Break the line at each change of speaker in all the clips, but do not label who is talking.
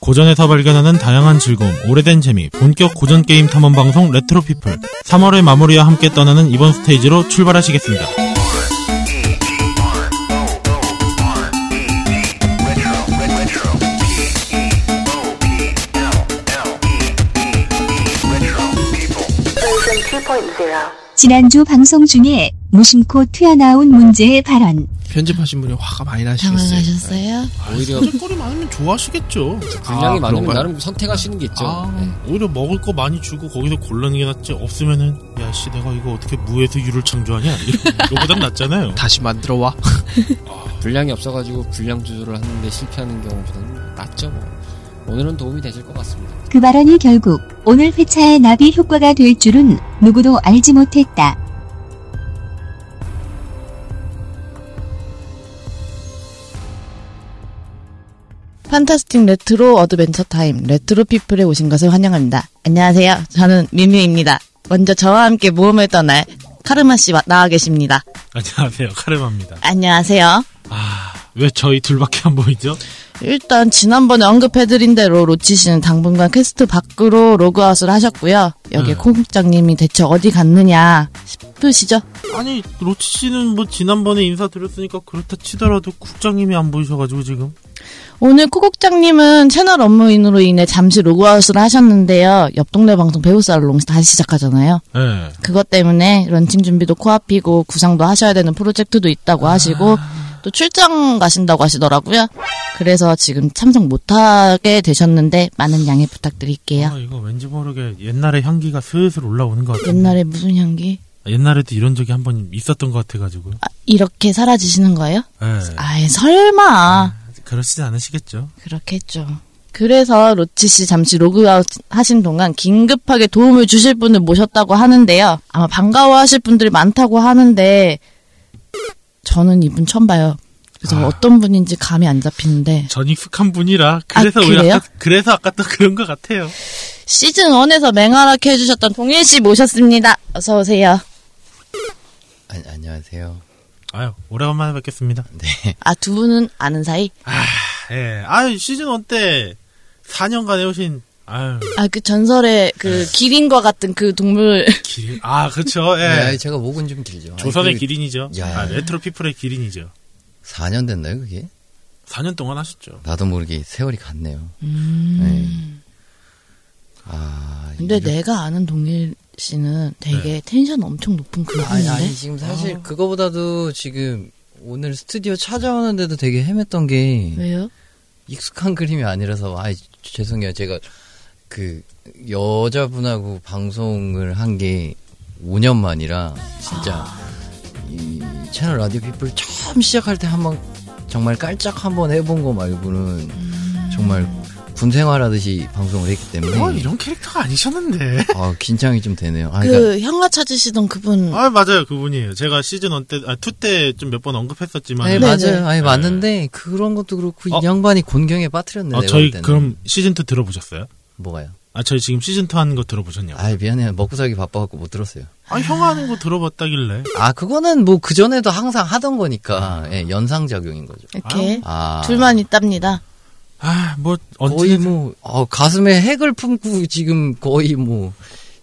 고전에서 발견하는 다양한 즐거움, 오래된 재미, 본격 고전 게임 탐험 방송 레트로 피플. 3월의 마무리와 함께 떠나는 이번 스테이지로 출발하시겠습니다.
지난주 방송 중에 무심코 튀어나온 문제의 발언.
편집하신 분이 화가 많이 나시겠어요.
당황하셨어요?
오히려
먹을 거리 많으면 좋아하시겠죠.
분량이 많으면
아, 그런가요?
나름 선택하시는 게 있죠.
아,
네.
오히려 먹을 거 많이 주고 거기서 골라는 게 낫지. 없으면은 야씨 내가 이거 어떻게 무에서 유를 창조하냐. 이거보단 낫잖아요.
다시 만들어 와.
분량이 없어가지고 분량 조절을 하는데 실패하는 경우보다는 낫죠. 뭐. 오늘은 도움이 되실 것 같습니다.
그 발언이 결국 오늘 회차의 나비 효과가 될 줄은 누구도 알지 못했다.
판타스틱 레트로 어드벤처 타임 레트로 피플에 오신 것을 환영합니다. 안녕하세요. 저는 미미입니다. 먼저 저와 함께 모험을 떠날 카르마 씨 와- 나와 계십니다.
안녕하세요 카레마입니다. 아,
안녕하세요.
왜 저희 둘밖에 안 보이죠?
일단 지난번에 언급해드린 대로 로치 씨는 당분간 퀘스트 밖으로 로그아웃을 하셨고요. 여기에
음.
콩국장님이 대체 어디 갔느냐 싶으시죠?
아니 로치 씨는 뭐 지난번에 인사드렸으니까 그렇다 치더라도 국장님이 안 보이셔가지고 지금
오늘 코국장님은 채널 업무인으로 인해 잠시 로그아웃을 하셨는데요. 옆 동네 방송 배우살롱 롱 다시 시작하잖아요.
네.
그것 때문에 런칭 준비도 코앞이고 구상도 하셔야 되는 프로젝트도 있다고 하시고 또 출장 가신다고 하시더라고요. 그래서 지금 참석 못하게 되셨는데 많은 양해 부탁드릴게요.
아, 이거 왠지 모르게 옛날의 향기가 슬슬 올라오는 것 같아요.
옛날에 무슨 향기?
옛날에도 이런 적이 한 번 있었던 것 같아가지고.
아, 이렇게 사라지시는 거예요?
예.
아예 설마
그러시지 않으시겠죠?
그렇겠죠. 그래서 로치 씨 잠시 로그아웃 하신 동안 긴급하게 도움을 주실 분을 모셨다고 하는데요. 아마 반가워하실 분들이 많다고 하는데 저는 이분 처음 봐요. 그래서
아.
어떤 분인지 감이 안 잡히는데
전 익숙한 분이라
그래서 아, 오히려 그래요? 아까-
그래서 아까 또 그런 것 같아요.
시즌 1에서 맹활약 해주셨던 동일 씨 모셨습니다. 어서 오세요.
아, 안녕하세요.
아유 오래간만에 뵙겠습니다.
네.
아 두 분은 아는 사이?
예. 아유 시즌 1 때 4년간 해오신 아유
아 그 전설의 그 기린과 같은 그 동물
기린 아 그렇죠.
네,
예.
아니, 제가 목은 좀 길죠.
조선의
아니, 그
기린이죠.
야.
아, 레트로 피플의 기린이죠.
4년 됐나요, 그게?
4년 동안 하셨죠.
나도 모르게 세월이 갔네요. 음. 네. 아.
음. 근데
이거-
내가 아는 동일 씨는 되게 텐션 엄청 높은
네. 아니,
그분인데
아니, 지금 사실 그거보다도 지금 오늘 스튜디오 찾아오는데도 되게 헤맸던 게
왜요?
익숙한 그림이 아니라서, 아 죄송해요. 제가 그 여자분하고 방송을 한 게 5년 만이라 진짜 이 채널 라디오 피플 처음 시작할 때 한번 정말 깔짝 한번 해본 거 말고는 정말 군 생활하듯이 방송을 했기 때문에
네.
어 이런 캐릭터가 아니셨는데.
아, 긴장이 좀 되네요. 아, 그러니까
그 형아 찾으시던 그분
아 맞아요 그분이에요. 제가 시즌 1때 아, 2때 좀 몇 번 언급했었지만.
아니,
네,
맞아요.
네.
아니, 맞는데 그런 것도 그렇고
어?
이 양반이 곤경에 빠뜨렸네.
아
내가
저희
볼 때는.
그럼 시즌 2 들어보셨어요?
뭐가요?
아 저희 지금 시즌 2 하는 거 들어보셨냐고.
아, 미안해요. 먹고 살기 바빠갖고 못 들었어요.
아, 형 하는 거 들어봤다길래.
아, 그거는 뭐 그 전에도 항상 하던 거니까 예, 연상 작용인 거죠.
이렇게
아,
둘만 있답니다.
아, 뭐,
거의
언제.
뭐 어, 가슴에 핵을 품고 지금 거의 뭐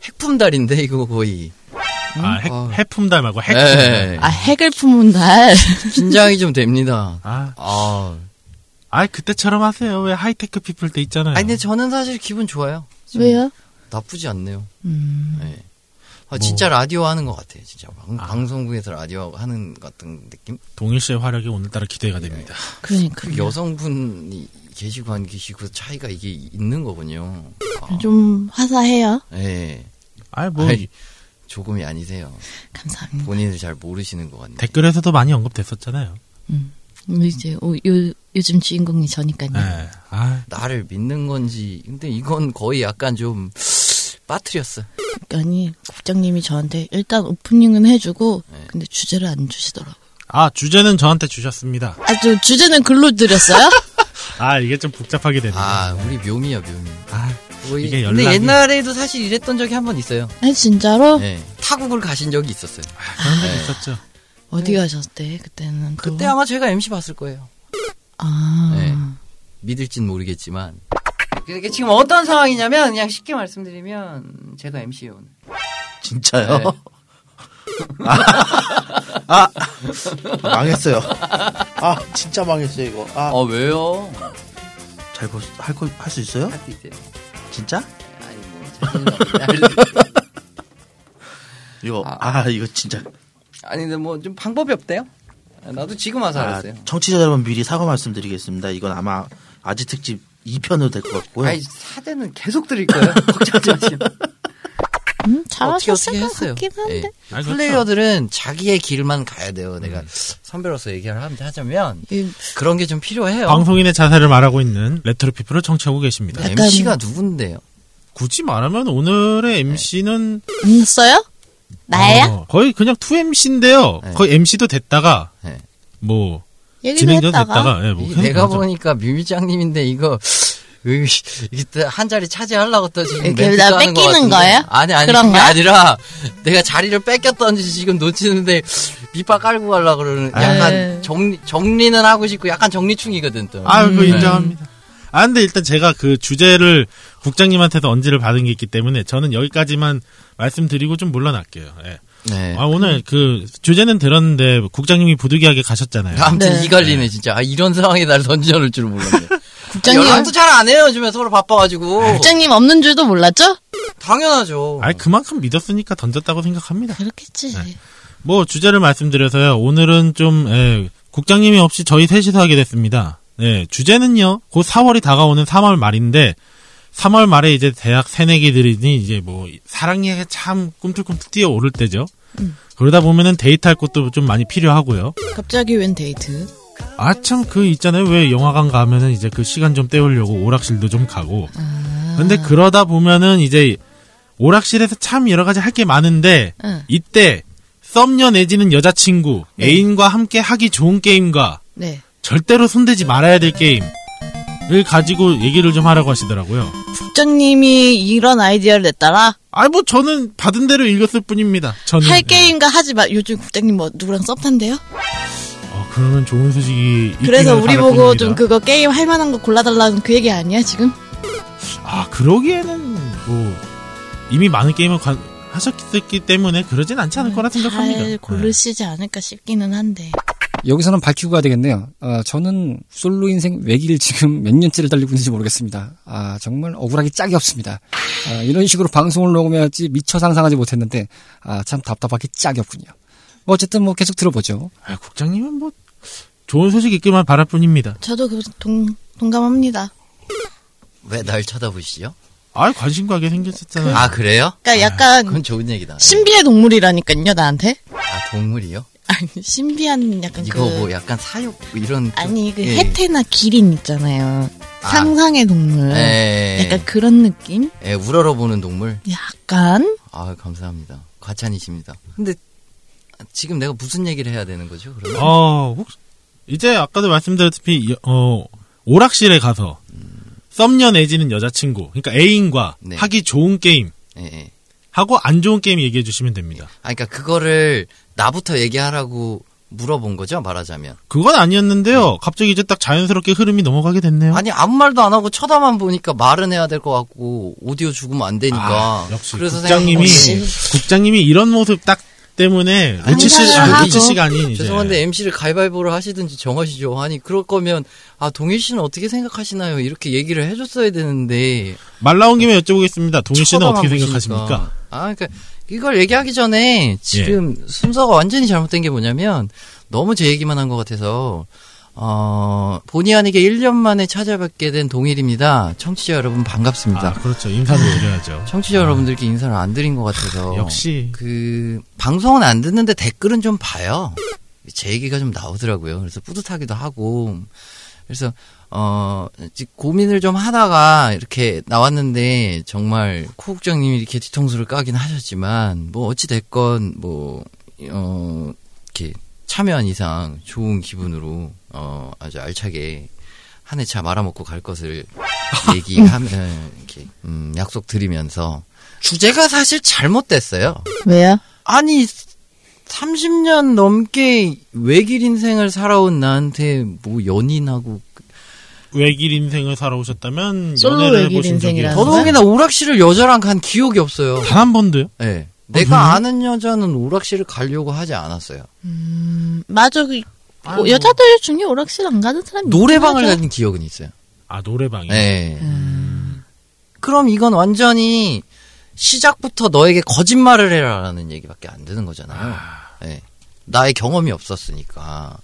핵품달인데 이거 거의.
아, 핵,
어.
해품달 말고 핵.
예,
아 핵을 품은
아,
날
긴장이 좀 됩니다.
아,
아,
아, 그때처럼 하세요. 왜 하이테크 피플 때 있잖아요.
아니 근데 저는 사실 기분 좋아요. 지금
왜요?
나쁘지 않네요.
음.
예. 아, 진짜 라디오 하는 것 같아요. 진짜 방, 방송국에서 라디오 하는 것 같은 느낌.
동일 씨의 활약이 오늘따라 기대가 됩니다.
그러니까
그 여성분이 계시고 안 계시고 차이가 이게 있는 거군요. 아,
좀 화사해요.
예.
아, 뭐,
아이, 조금이 아니세요.
감사합니다.
본인을 잘 모르시는 것 같네요.
댓글에서도 많이 언급됐었잖아요.
음, 이제 오, 요, 요즘 주인공이 저니까요.
네.
예. 아,
나를 믿는 건지. 근데 이건 거의 약간 좀 빠뜨렸어.
아니 국장님이 저한테 일단 오프닝은 해주고
네.
근데 주제를 안 주시더라고요.
아, 주제는 저한테 주셨습니다.
아 저 주제는 글로 드렸어요?
아, 이게 좀 복잡하게 되네요.
아, 우리 묘미야 묘미.
아,
뭐
이게
이-
연락이-
근데 옛날에도 사실 이랬던 적이 한 번 있어요.
아니 진짜로
예. 타국을 가신 적이 있었어요.
그런
네.
적 있었죠.
어디 가셨대 그때는 또?
그때 아마 제가 MC 봤을 거예요.
아
예. 믿을진 모르겠지만
그게 지금 어떤 상황이냐면 그냥 쉽게 말씀드리면 제가 MC예요 오늘.
진짜요? 아.
네.
망했어요. 아 진짜 망했어요 이거.
아
아잘
왜요?
할거할 수 있어요?
할수 있어요.
진짜?
아니 뭐 자신은 없는데.
이거
아.
아, 이거 진짜.
아니 근데 뭐 좀 방법이 없대요? 나도 지금 와서
아,
알았어요.
청취자 여러분 미리 사과 말씀드리겠습니다. 이건 아마 아지 특집 2편으로 될 것 같고요.
아니 사대는 계속 드릴 거예요. 걱정하지 마시고.
음,
어떻게
잘하셨을
어떻게
것
했어요.
같긴 한데.
예.
아니, 그렇죠. 음.
플레이어들은 자기의 길만 가야 돼요. 내가 선배로서 얘기를 함- 하자면
이-
그런 게 좀 필요해요.
방송인의 자세를 말하고 있는 레트로피플을 청취하고 계십니다.
약간-
MC가 누군데요?
굳이 말하면 오늘의
네.
MC는
음, 써요? 나야?
아,
어, 거의 그냥 2MC인데요.
네.
거의 MC도 됐다가
네.
뭐
얘기를
진행자도
했다가.
됐다가 예, 뭐
이
그냥
내가
하죠.
보니까 뮤비장님인데 이거 으이, 이게 또한 자리 차지하려고 또 지금
이렇게
멘트
나
짜는 것
뺏기는
같은데.
거예요?
아니 아니
그런
그게
거야?
아니라 내가 자리를 뺏겼던지 지금 놓치는데 밑밥 깔고 가려 그러는
아.
약간
네.
정리 정리는 하고 싶고 약간 정리충이거든 또.
아, 그거 인정합니다. 아, 근데 일단 제가 그 주제를 국장님한테서 언지를 받은 게 있기 때문에 저는 여기까지만 말씀드리고 좀 물러날게요. 예.
네.
아, 오늘 그 주제는 들었는데 국장님이 부득이하게 가셨잖아요.
아무튼
네.
이 갈리네 진짜. 아 이런 상황에 날 던져놓을 줄 몰랐네.
국장님,
연락도 잘 안 해요 아, 요즘에 서로 바빠가지고.
국장님 없는 줄도 몰랐죠?
당연하죠.
아니, 그만큼 믿었으니까 던졌다고 생각합니다.
그렇겠지.
네.
뭐 주제를 말씀드려서요. 오늘은 좀 예, 국장님이 없이 저희 셋이서 하게 됐습니다. 예, 주제는요. 곧 4월이 다가오는 3월 말인데 3월 말에 이제 대학 새내기들이 이제 뭐 사랑 이야기 참 꿈틀꿈틀 뛰어오를 때죠. 그러다 보면은 데이트할 것도 좀 많이 필요하고요.
갑자기 웬 데이트?
아 참 그 있잖아요. 왜 영화관 가면은 이제 그 시간 좀 때우려고 오락실도 좀 가고.
아.
근데 그러다 보면은 이제 오락실에서 참 여러 가지 할 게 많은데
응.
이때 썸녀 내지는 여자친구 애인과 함께 하기 좋은 게임과
네.
절대로 손대지 말아야 될 게임을 가지고 얘기를 좀 하라고 하시더라고요.
국장님이 이런 아이디어를 냈다라?
아니 뭐 저는 받은 대로 읽었을 뿐입니다. 저는
할 게임과 하지 마. 요즘 국장님 뭐 누구랑 썸 탄대요?
어, 그러면 좋은 소식이 있기는
그래서 우리
바랄
보고
뿐입니다.
좀 그거 게임 할 만한 거 골라달라는 그 얘기 아니야 지금?
아 그러기에는 뭐 이미 많은 게임을 관- 하셨기 때문에 그러진 않지 않을 거라 생각합니다.
음,
네.
잘 고르시지 않을까 싶기는 한데.
여기서는 밝히고 가야 되겠네요. 아, 저는 솔로 인생 외길 지금 몇 년째를 달리고 있는지 모르겠습니다. 아, 정말 억울하기 짝이 없습니다. 아, 이런 식으로 방송을 녹음해야지 미처 상상하지 못했는데, 아, 참 답답하기 짝이 없군요. 뭐 어쨌든 뭐 계속 들어보죠.
네. 아, 국장님은 뭐 좋은 소식 있기만 바랄 뿐입니다.
저도 그 동, 동감합니다.
왜 날 쳐다보시죠?
아 관심 가게 생겼었잖아요.
아 그래요?
그러니까 약간
그건 좋은 얘기다.
신비의 동물이라니까요 나한테.
아 동물이요?
아니 신비한 약간
이거
그
뭐 약간 사육 뭐 이런
아니 그
예.
해태나 기린 있잖아요.
아.
상상의 동물.
예.
약간 그런 느낌?
예, 우러러보는 동물.
약간
아 감사합니다. 과찬이십니다. 근데 지금 내가 무슨 얘기를 해야 되는 거죠? 그러면
어, 혹시- 이제 아까도 말씀드렸다시피 여- 어, 오락실에 가서 썸녀 내지는 여자친구, 그러니까 애인과
네.
하기 좋은 게임
예, 예.
하고 안 좋은 게임 얘기해 주시면 됩니다.
아 그러니까 그거를 나부터 얘기하라고 물어본 거죠 말하자면.
그건 아니었는데요. 갑자기 이제 딱 자연스럽게 흐름이 넘어가게 됐네요.
아니 아무 말도 안 하고 쳐다만 보니까 말은 해야 될 것 같고 오디오 죽으면 안 되니까.
아, 역시
생각해
국장님이
보니
국장님이 이런 모습 딱 때문에
아니,
로치 씨,
아니,
아,
아니,
로치 씨가 아닌 이제
죄송한데 MC를 가위바위보를 하시든지 정하시죠. 아니 그럴 거면 아 동일 씨는 어떻게 생각하시나요? 이렇게 얘기를 해줬어야 되는데
말 나온 김에 여쭤보겠습니다. 동일 씨는
쳐다만
어떻게
보시니까.
생각하십니까? 예.
아, 그러니까 이걸 얘기하기 전에 지금 순서가 완전히 잘못된 게 뭐냐면 너무 제 얘기만 한 것 같아서 어, 본의 아니게 1년 만에 찾아뵙게 된 동일입니다. 청취자 여러분 반갑습니다.
아, 그렇죠. 인사도 드려야죠.
청취자 여러분들께 인사를 안 드린 것 같아서
역시
그 방송은 안 듣는데 댓글은 좀 봐요. 제 얘기가 좀 나오더라고요. 그래서 뿌듯하기도 하고 그래서 어 이제 고민을 좀 하다가 이렇게 나왔는데 정말 코국장님이 이렇게 뒤통수를 까긴 하셨지만 뭐 어찌 됐건 뭐, 뭐어 이렇게 참여한 이상 좋은 기분으로 어 아주 알차게 한 해 차 말아먹고 갈 것을 얘기하면 이렇게 음, 약속드리면서 주제가 사실 잘못됐어요.
왜요?
아니 30년 넘게 외길 인생을 살아온 나한테 뭐 연인하고
외길 인생을 살아오셨다면
솔로
연애를
외길
해보신 적이
인생이라는 거?
더더욱이나 오락실을 여자랑 간 기억이 없어요.
단 한 번도요?
예. 내가 아는 여자는 오락실을 가려고 하지 않았어요.
맞아. 그, 뭐 여자들 중에 오락실 안 가는 사람이
노래방을
있긴 하죠.
간 기억은 있어요.
아 노래방이요.
예.
음.
그럼 이건 완전히 시작부터 너에게 거짓말을 해라라는 얘기밖에 안 되는 거잖아요. 예. 나의 경험이 없었으니까.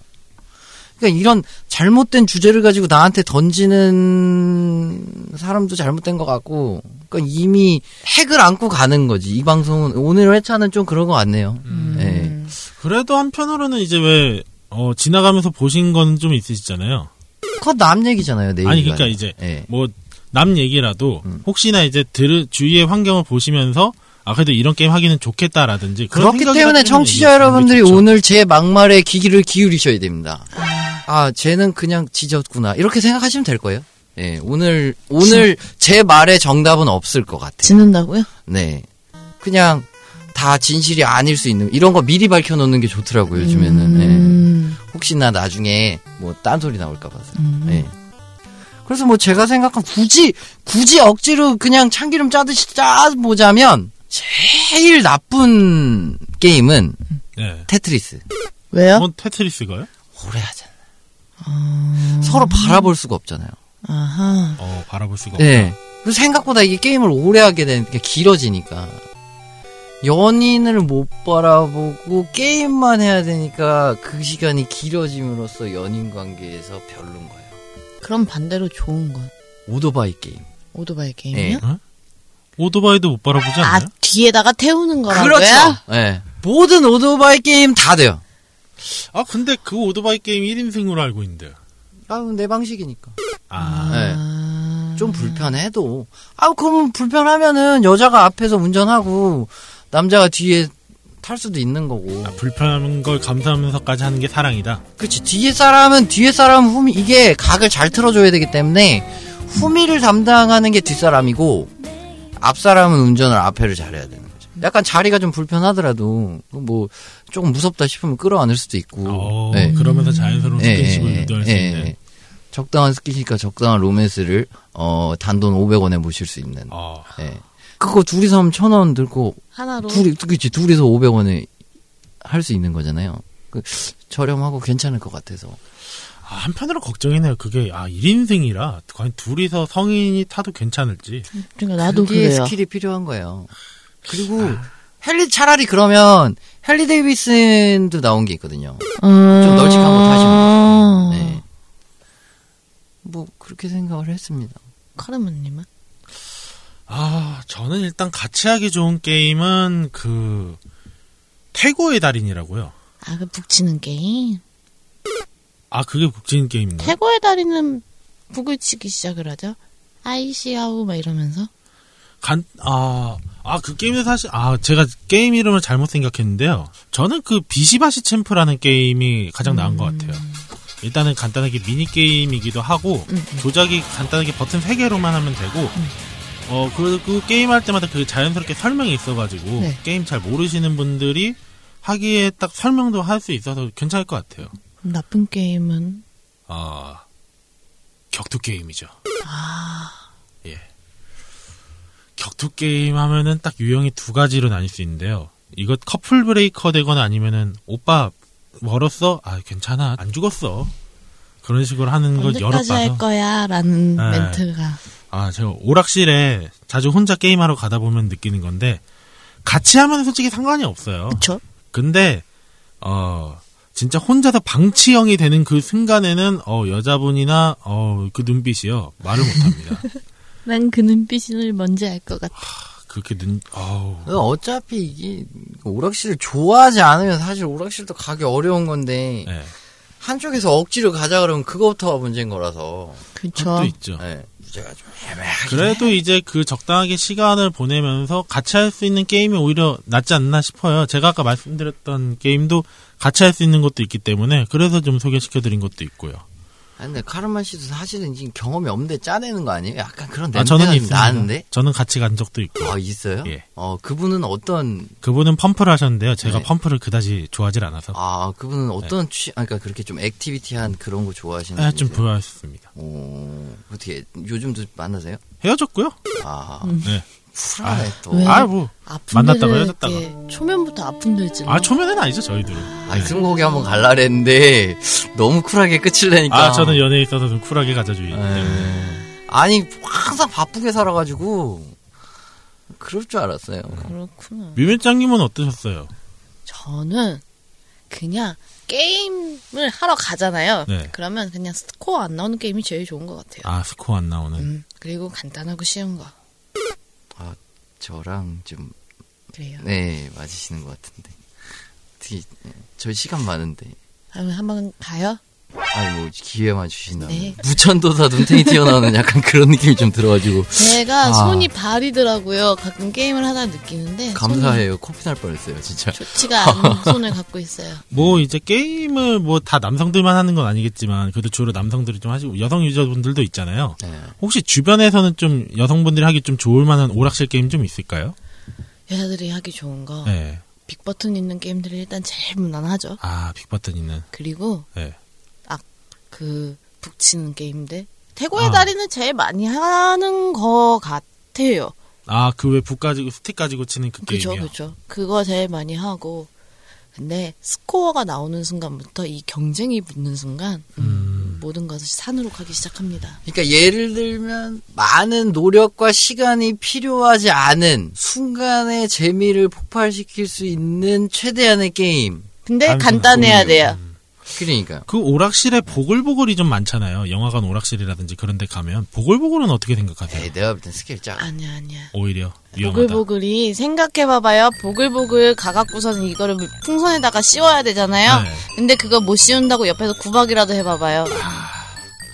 그러니까 이런 잘못된 주제를 가지고 나한테 던지는 사람도 잘못된 것 같고, 그러니까 이미 핵을 안고 가는 거지. 이 방송은 오늘 회차는 좀 그런 것 같네요.
음.
예.
그래도 한편으로는 이제 왜 어, 지나가면서 보신 건 좀 있으시잖아요.
그건 남 얘기잖아요. 내
아니
얘기가
그러니까
아니라.
이제
예.
뭐 남 얘기라도 혹시나 이제 들 주위의 환경을 보시면서 아 그래도 이런 게임 하기는 좋겠다라든지 그런
그렇기
생각이
때문에
가지고는
청취자
얘기하는 게
여러분들이
좋죠. 그렇죠.
오늘 제 막말에 귀기를 기울이셔야 됩니다. 아, 쟤는 그냥 지졌구나. 이렇게 생각하시면 될 거예요. 예, 오늘, 오늘 제 말에 정답은 없을 것 같아요.
지는다고요?
네. 그냥 다 진실이 아닐 수 있는, 이런 거 미리 밝혀놓는 게 좋더라고요, 요즘에는. 예.
음,
혹시나 나중에 뭐 딴소리 나올까 봐서. 예. 그래서 뭐 제가 생각한 굳이 굳이 억지로 그냥 참기름 짜듯이 짜 보자면 제일 나쁜 게임은
네.
테트리스.
왜요?
뭐 테트리스가요?
오래 하잖아. 요 서로 바라볼 수가 없잖아요.
아하.
어 바라볼 수가 없다.
어. 네. 그리고 생각보다 이게 게임을 오래 하게 되니까 길어지니까 연인을 못 바라보고 게임만 해야 되니까 그 시간이 길어짐으로써 연인 관계에서 별론 거예요.
그럼 반대로 좋은 건
오토바이 게임.
오토바이 게임이요?
예.
오토바이도 못 바라보지
아
않나요?
뒤에다가 태우는 거라고요?
예. 모든 오토바이 게임 다 돼요.
아, 근데 그 오토바이 게임 1인승으로 알고 있는데.
아, 내 방식이니까.
아,
아,
네. 좀 불편해도. 아, 그러면 불편하면은 여자가 앞에서 운전하고 남자가 뒤에 탈 수도 있는 거고.
아, 불편한 걸 감수하면서까지 하는 게 사랑이다.
그렇지. 뒤에 사람은 뒤에 사람 후미 이게 각을 잘 틀어줘야 되기 때문에 후미를 담당하는 게 뒷사람이고 앞 사람은 운전을 앞에를 잘해야 되는 거죠. 약간 자리가 좀 불편하더라도 뭐 조금 무섭다 싶으면 끌어안을 수도 있고.
어,
네.
그러면서 자연스러운
예,
스킨십을
예,
유도할 수
예,
있는.
예. 적당한 스킨십과 적당한 로맨스를 어, 단돈 500원에 모실 수 있는.
어,
예. 그거 둘이서 하면 1,000원 들고
하나로
둘이 그치 둘이서 500원에 할 수 있는 거잖아요. 그, 저렴하고 괜찮을 것 같아서.
아, 한편으로 걱정이네요. 그게, 아, 1인승이라, 과연 둘이서 성인이 타도 괜찮을지.
그러니까 나도
그게
그래요.
스킬이 필요한 거예요. 그리고 헨리 차라리 그러면 헨리 데이비슨도 나온 게 있거든요.
음.
좀 널찍한 거
어. 아.
타시면. 네. 뭐 그렇게 생각을 했습니다.
카르마님은
아, 저는 일단 같이 하기 좋은 게임은 그, 태고의 달인이라고요.
아그 북치는 게임.
아, 그게 북진 게임인가요?
태고의 달인은 북을 치기 시작을 하죠. 아이시아우 막 이러면서
간, 아, 아, 그 게임은 사실, 아, 제가 게임 이름을 잘못 생각했는데요. 저는 그 비시바시 챔프라는 게임이 가장 나은 것 같아요.
음.
일단은 간단하게 미니게임이기도 하고,
음.
조작이 간단하게 버튼 3개로만 하면 되고, 어, 그, 그 게임 할 때마다 그 자연스럽게 설명이 있어가지고,
네.
게임 잘 모르시는 분들이 하기에 딱 설명도 할 수 있어서 괜찮을 것 같아요.
나쁜 게임은
아, 격투 게임이죠.
아.
예. 격투 게임 하면은 딱 유형이 두 가지로 나뉠 수 있는데요. 이거 커플 브레이커 되거나 아니면은 오빠 멀었어? 아 괜찮아 안 죽었어. 그런 식으로 하는 걸 여러
언제까지 할
봐서
거야라는
네.
멘트가
아 제가 오락실에 자주 혼자 게임하러 가다 보면 느끼는 건데 같이 하면 솔직히 상관이 없어요.
그쵸?
근데 어 진짜 혼자서 방치형이 되는 그 순간에는 어 여자분이나 어 그 눈빛이요 말을 못합니다.
난 그 눈빛을 뭔지 알 것 같아.
그렇게 눈 어우
어차피 이게 오락실을 좋아하지 않으면 사실 오락실도 가기 어려운 건데
예
한쪽에서 억지로 가자 그러면 그거부터가 문제인 거라서.
그쵸?
아, 또 있죠.
네. 문제가 좀 애매하게.
그래도 이제 그 적당하게 시간을 보내면서 같이 할 수 있는 게임이 오히려 낫지 않나 싶어요. 제가 아까 말씀드렸던 게임도 같이 할 수 있는 것도 있기 때문에 그래서 좀 소개시켜드린 것도 있고요.
아니, 근데 카르마 씨도 사실은 지금 경험이 없는데 짜내는 거 아니에요? 약간 그런
아,
냄새가
저는
좀
있습니다.
나는데?
저는 같이 간 적도 있고.
아, 있어요?
예.
어, 그분은 어떤,
그분은 펌프를 하셨는데요. 제가
네.
펌프를 그다지 좋아하질 않아서
아, 그분은
네.
어떤 취, 아, 그러니까 그렇게 좀 액티비티한 그런 거 좋아하시는
예, 좀
분이세요?
불안했습니다.
오, 어떻게, 요즘도 만나세요?
헤어졌고요.
아,
네.
쿨하네, 또.
왜?
아 뭐.
아픈
만났다가
데를
헤어졌다가.
이렇게 초면부터 아픈 데를 찔러.
아 초면에는 아니죠 저희들.
아, 승복이 한번 갈라 그랬는데, 너무 쿨하게 끝을 내니까.
아 저는 연애에 있어서 좀 쿨하게 가자주의.
예. 아니, 항상 바쁘게 살아가지고, 그럴 줄 알았어요.
그렇구나.
뮤밀장님은 어떠셨어요?
저는 그냥 게임을 하러 가잖아요.
네.
그러면 그냥 스코어 안 나오는 게임이 제일 좋은 것 같아요.
아 스코어 안 나오는.
음, 그리고 간단하고 쉬운 거.
아, 저랑 좀,
그래요.
네, 맞으시는 것 같은데. 특히, 저희 시간 많은데.
그러면 한번 가요?
아니, 뭐, 기회만 주신다면.
네.
무천도사 눈탱이 튀어나오는 약간 그런 느낌이 좀 들어가지고.
제가
아.
손이 발이더라고요. 가끔 게임을 하다 느끼는데.
감사해요. 코피 날 뻔했어요, 진짜.
손이 좋지가 않은 손을 갖고 있어요.
뭐 이제 게임을 뭐 다 남성들만 하는 건 아니겠지만 그래도 주로 남성들이 좀 하시고 여성 유저분들도 있잖아요.
네.
혹시 주변에서는 좀 여성분들이 하기 좀 좋을 만한 오락실 게임 좀 있을까요?
여자들이 하기 좋은
어.
거.
네.
빅버튼 있는 게임들이 일단 제일 무난하죠.
아 빅버튼 있는.
그리고
네.
아, 그 북치는 게임들. 태고의
아.
다리는 제일 많이 하는 거 같아요.
아그 왜 북 가지고 스틱 가지고 치는 그
그죠,
게임이요.
그죠. 그거 제일 많이 하고. 근데 스코어가 나오는 순간부터 이 경쟁이 붙는 순간 음, 모든 것을 산으로 가기 시작합니다.
그러니까 예를 들면 많은 노력과 시간이 필요하지 않은 순간의 재미를 폭발시킬 수 있는 최대한의 게임.
근데
아무튼
간단해야
아니에요.
돼요.
음.
그러니까요.
그 오락실에 보글보글이 좀 많잖아요. 영화관 오락실이라든지 그런 데 가면 보글보글은 어떻게 생각하세요?
에이, 내가 볼 땐 스케일 작.
아니야, 아니야.
오히려 위험하다.
보글보글이 생각해봐봐요. 보글보글 가갖고서는 이거를 풍선에다가 씌워야 되잖아요.
네.
근데 그거 못 씌운다고 옆에서 구박이라도 해봐봐요.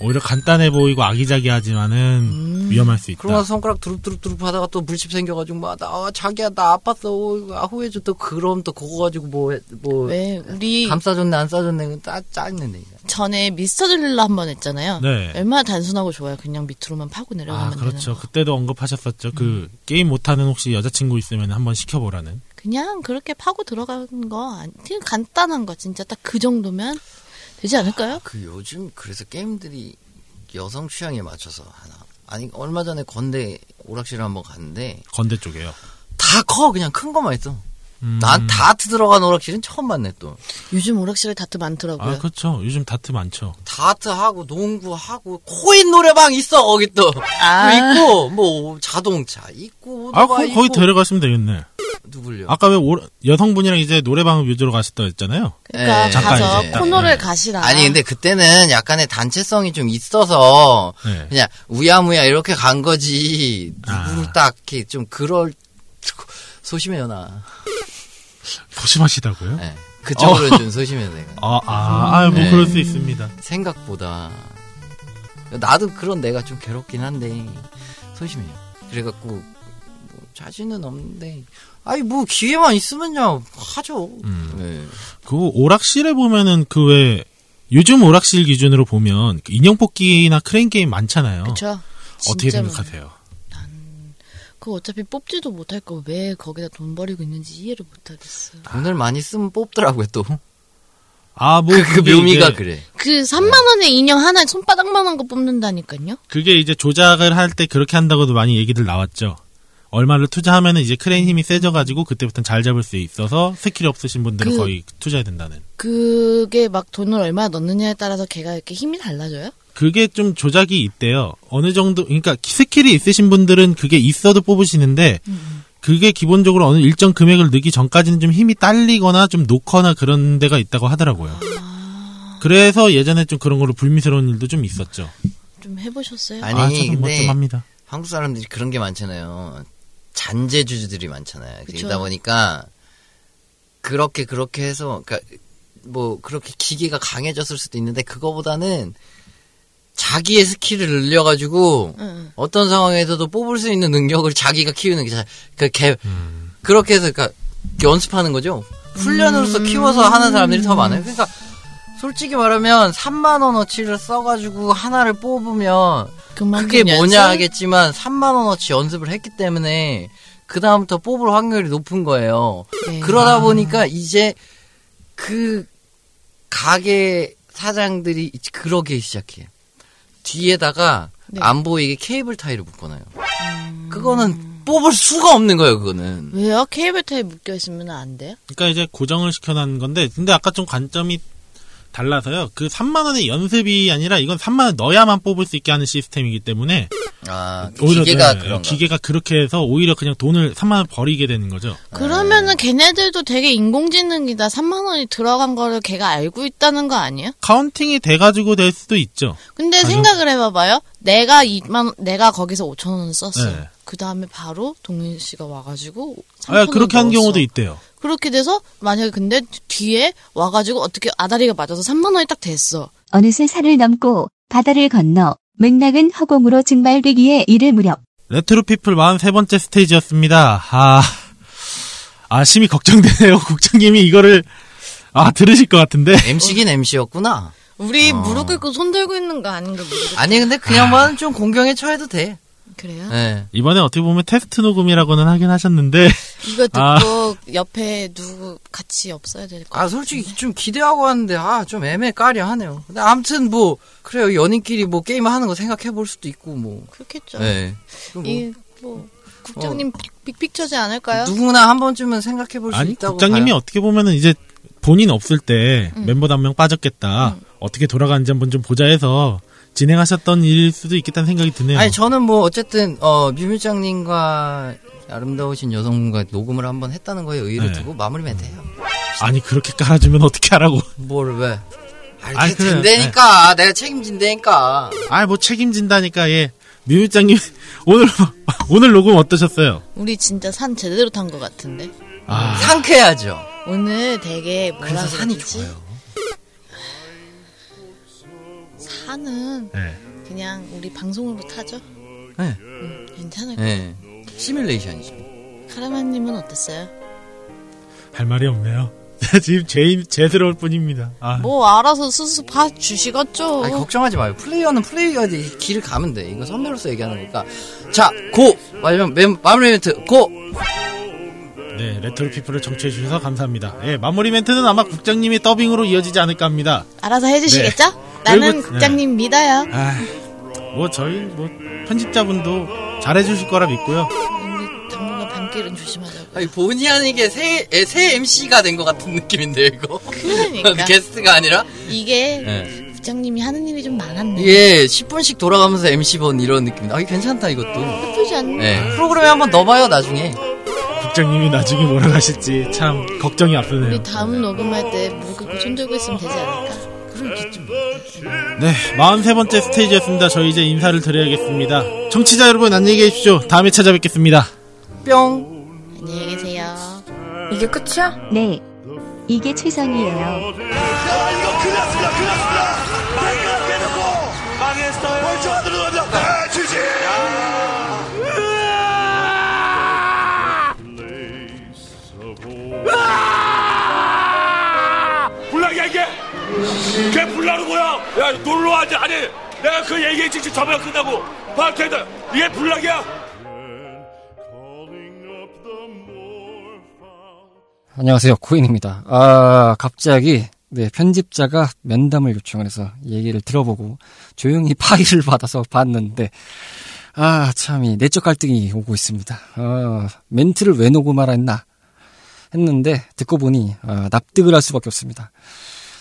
오히려 간단해 보이고 아기자기하지만은 위험할 수 있다.
그러고 나서 손가락 두릅두릅두릅 하다가 또 물집 생겨가지고 막, 나, 아, 자기야, 나 아팠어. 어, 이거 아, 후회줘. 또 그럼 또 그거 가지고 뭐, 해- 뭐.
왜 우리
감 싸줬네, 안 싸줬네. 그거 따, 짜증내네. 이거.
전에 미스터 드릴러 한 번 했잖아요.
네.
얼마나 단순하고 좋아요. 그냥 밑으로만
아,
파고 내려가면 되는
그렇죠.
거.
그때도 언급하셨었죠. 그 게임 못하는 혹시 여자친구 있으면 한번 시켜보라는.
그냥 그렇게 파고 들어가는 거 아니, 그냥 간단한 거 진짜 딱 그 정도면 되지 않을까요?
그 요즘, 그래서 게임들이 여성 취향에 맞춰서 하나. 아니, 얼마 전에 건대 오락실 한번 갔는데,
건대 쪽에요.
다 커 그냥 큰 것만 있어.
음.
난 다트 들어간 오락실은 처음 봤네 또.
요즘 오락실에 다트 많더라고요.
아, 그렇죠. 요즘 다트 많죠.
다트 하고 농구 하고 코인 노래방 있어 거기 또.
아.
그거 있고 뭐 자동차 있고
아,
어, 뭐 오토바이
그럼 거기
있고.
데려가시면 되겠네.
누굴요?
아까 왜 오라- 여성분이랑 이제 노래방 위주로 가셨다 했잖아요.
그러니까
예,
가서
잠깐 이제.
코너를 가시라.
아니 근데 그때는 약간의 단체성이 좀 있어서
네.
그냥 우야무야 이렇게 간 거지 누구를
아.
딱 이렇게 좀 그럴 소심해요 나.
조심하시다고요?
예. 그쪽으로 는좀 소심해요 내가.
아, 아, 아, 뭐
네.
그럴 수 있습니다.
생각보다 나도 그런 내가 좀 괴롭긴 한데 소심해요. 그래가지고 뭐 자신은 없는데 아니 뭐 기회만 있으면 그냥 하죠. 네.
그 오락실에 보면은 그 왜 요즘 오락실 기준으로 보면 그 인형 뽑기나 크레인 게임 많잖아요.
그렇죠.
어떻게 생각하세요?
그 어차피 뽑지도 못할 거 왜 거기다 돈 버리고 있는지 이해를 못하겠어.
돈을 많이 쓰면 뽑더라고요 또.
아, 뭐
그, 그
그게
묘미가
이제-
그래.
그 3만 원에 인형 하나에 손바닥만한 거 뽑는다니까요.
그게 이제 조작을 할 때 그렇게 한다고도 많이 얘기들 나왔죠. 얼마를 투자하면은 이제 크레인 힘이 세져가지고 그때부터는 잘 잡을 수 있어서 스킬이 없으신 분들은
그-
거의 투자해야 된다는.
그게 막 돈을 얼마 넣느냐에 따라서 걔가 이렇게 힘이 달라져요?
그게 좀 조작이 있대요. 어느 정도, 그러니까 키- 스킬이 있으신 분들은 그게 있어도 뽑으시는데 그게 기본적으로 어느 일정 금액을 넣기 전까지는 좀 힘이 딸리거나 좀 놓거나 그런 데가 있다고 하더라고요. 그래서 예전에 좀 그런 거로 불미스러운 일도 좀 있었죠.
좀 해보셨어요?
아니
아, 저는 뭐
근데
좀 합니다.
한국 사람들이 그런 게 많잖아요. 잔재 주주들이 많잖아요.
그쵸.
그러다 보니까 그렇게 그렇게 해서 그러니까 뭐 그렇게 기계가 강해졌을 수도 있는데 그거보다는 자기의 스킬을 늘려가지고
응, 응.
어떤 상황에서도 뽑을 수 있는 능력을 자기가 키우는 게 자, 그 개,
음.
그렇게 해서 그러니까 연습하는 거죠. 훈련으로서 키워서 하는 사람들이 더 많아요. 그러니까
솔직히 말하면 3만 원어치를 써가지고 하나를 뽑으면
그만큼
그게
연습?
뭐냐 하겠지만 3만 원어치 연습을 했기 때문에 그 다음부터 뽑을 확률이 높은 거예요.
네.
그러다 보니까 이제 그 가게 사장들이 이제 그러기 시작해요. 뒤에다가
네. 음.
안 보이게 케이블 타이를 묶어놔요. 그거는 뽑을 수가 없는 거예요. 그거는
왜요? 케이블 타에 묶여 있으면 안 돼요?
그러니까 이제 고정을 시켜놓은 건데 근데 아까 좀 관점이 달라서요. 그 3만 원의 연습이 아니라 이건 3만 원 넣어야만 뽑을 수 있게 하는 시스템이기 때문에
아
오히려
기계가
네,
그런
기계가 그렇게 해서 오히려 그냥 돈을 3만 원 버리게 되는 거죠.
그러면은 걔네들도 되게 인공지능이다. 3만 원이 들어간 거를 걔가 알고 있다는 거 아니에요?
카운팅이 돼가지고 될 수도 있죠.
근데
아니요.
생각을 해봐봐요. 내가 2만 원- 내가 거기서 5천 원을 썼어.
네.
요그 다음에 바로 동민 씨가 와가지고 3천
아, 그렇게 한
넣었어.
경우도 있대요.
그렇게 돼서 만약에 근데 뒤에 와가지고 어떻게 아다리가 맞아서 3만 원이 딱 됐어.
어느새 산을 넘고 바다를 건너 맥락은 허공으로 증발되기에 이를 무렵
레트로피플 43번째 스테이지였습니다. 아, 아, 심히 걱정되네요. 국장님이 이거를, 아, 들으실 것 같은데.
MC긴 MC였구나.
우리
아.
어.
무릎 꿇고 손 들고 있는 거 아닌가 모르겠.
아니 근데 그냥 만좀 공경에 처해도 돼.
그래요?
네.
이번에 어떻게 보면 테스트 녹음이라고는 하긴 하셨는데,
이거 듣고
아.
옆에 누구 같이 없어야 될 것 같아.
아 솔직히 좀 기대하고 하는데 아 좀 애매 까리하네요. 근데 아무튼 뭐 그래요 연인끼리 뭐 게임 하는 거 생각해 볼 수도 있고 뭐.
그렇겠죠.
네. 어.
이뭐 국장님 빅- 빅픽처지 않을까요?
누구나 한 번쯤은 생각해 볼 수
아니,
있다고
국장님이
봐요. 음.
어떻게 보면은 이제 본인 없을 때 멤버 한 명 빠졌겠다. 어떻게 돌아가는지 한번 좀 보자 해서 진행하셨던 일 수도 있겠다는 생각이 드네요.
아니 저는 뭐 어쨌든 어 뮤뮤장님과 아름다우신 여성분과 녹음을 한 번 했다는 거에 의의를
네.
두고 마무리 멘트해요.
아니, 그렇게 깔아주면 어떻게 하라고.
뭘 왜? 아,
아니,
이게
그래요.
된다니까 내가 책임진다니까.
아, 뭐 책임진다니까, 예. 미우장님, 오늘, 오늘 녹음 어떠셨어요?
우리 진짜 산 제대로 탄 것 같은데.
아.
상쾌하죠.
오늘 되게 뭐라
그래서 산이
그러지?
좋아요.
산은
네.
그냥 우리 방송으로 타죠.
네.
음, 괜찮을 거.
네. 시뮬레이션이죠.
카라만님은 어땠어요?
할 말이 없네요. 지금 죄인, 죄스러울 뿐입니다. 아.
뭐 알아서 스스로 봐 주시겠죠.
아니 걱정하지 마요. 플레이어는 플레이어가 이 길을 가면 돼. 이거 선배로서 얘기하는 거니까. 자, 고! 마지막 멘- 마무리 멘트 고!
네, 레트로 피플을 청취해 주셔서 감사합니다. 예, 마무리 멘트는 아마 국장님이 더빙으로 이어지지 않을까 합니다.
알아서 해주시겠죠?
네.
나는
그리고-
국장님 믿어요.
아, 뭐 저희 뭐 편집자분도 잘해 주실 거라 믿고요.
우리 당분간 밤길은 조심하자고.
아니, 본의 아니게 새, 에, 새 MC가 된 것 같은 느낌인데요, 이거?
그러니까
게스트가 아니라?
이게
예.
네.
국장님이 하는 일이 좀 많았네.
예, 10분씩 돌아가면서 MC 번 이런 느낌인데. 아, 이거 괜찮다, 이것도.
나쁘지 않네.
예, 프로그램에 한번 넣어봐요, 나중에.
국장님이 나중에 뭐라 하실지 참 걱정이 앞서네요.
우리 다음 녹음할 때 무릎 손 들고 있으면 되지 않을까?
네, 43번째 스테이지였습니다. 저희 이제 인사를 드려야겠습니다. 청취자 여러분 안녕히 계십시오. 다음에 찾아뵙겠습니다.
뿅!
안녕히 계세요.
이게 끝이야?
네 이게 최선이에요.
불나게 이게? 걔 불나는 거야? 야 놀러와지 아니 내가 그 얘기했지 지금 전화 끝나고 박태들 이게 불나게야?
안녕하세요. 코인입니다. 아, 갑자기 네, 편집자가 면담을 요청을 해서 얘기를 들어보고 조용히 파일을 받아서 봤는데 아, 참 이 내적 갈등이 오고 있습니다. 아, 멘트를 왜 녹음하라 했나 했는데 듣고 보니 아, 납득을 할 수밖에 없습니다.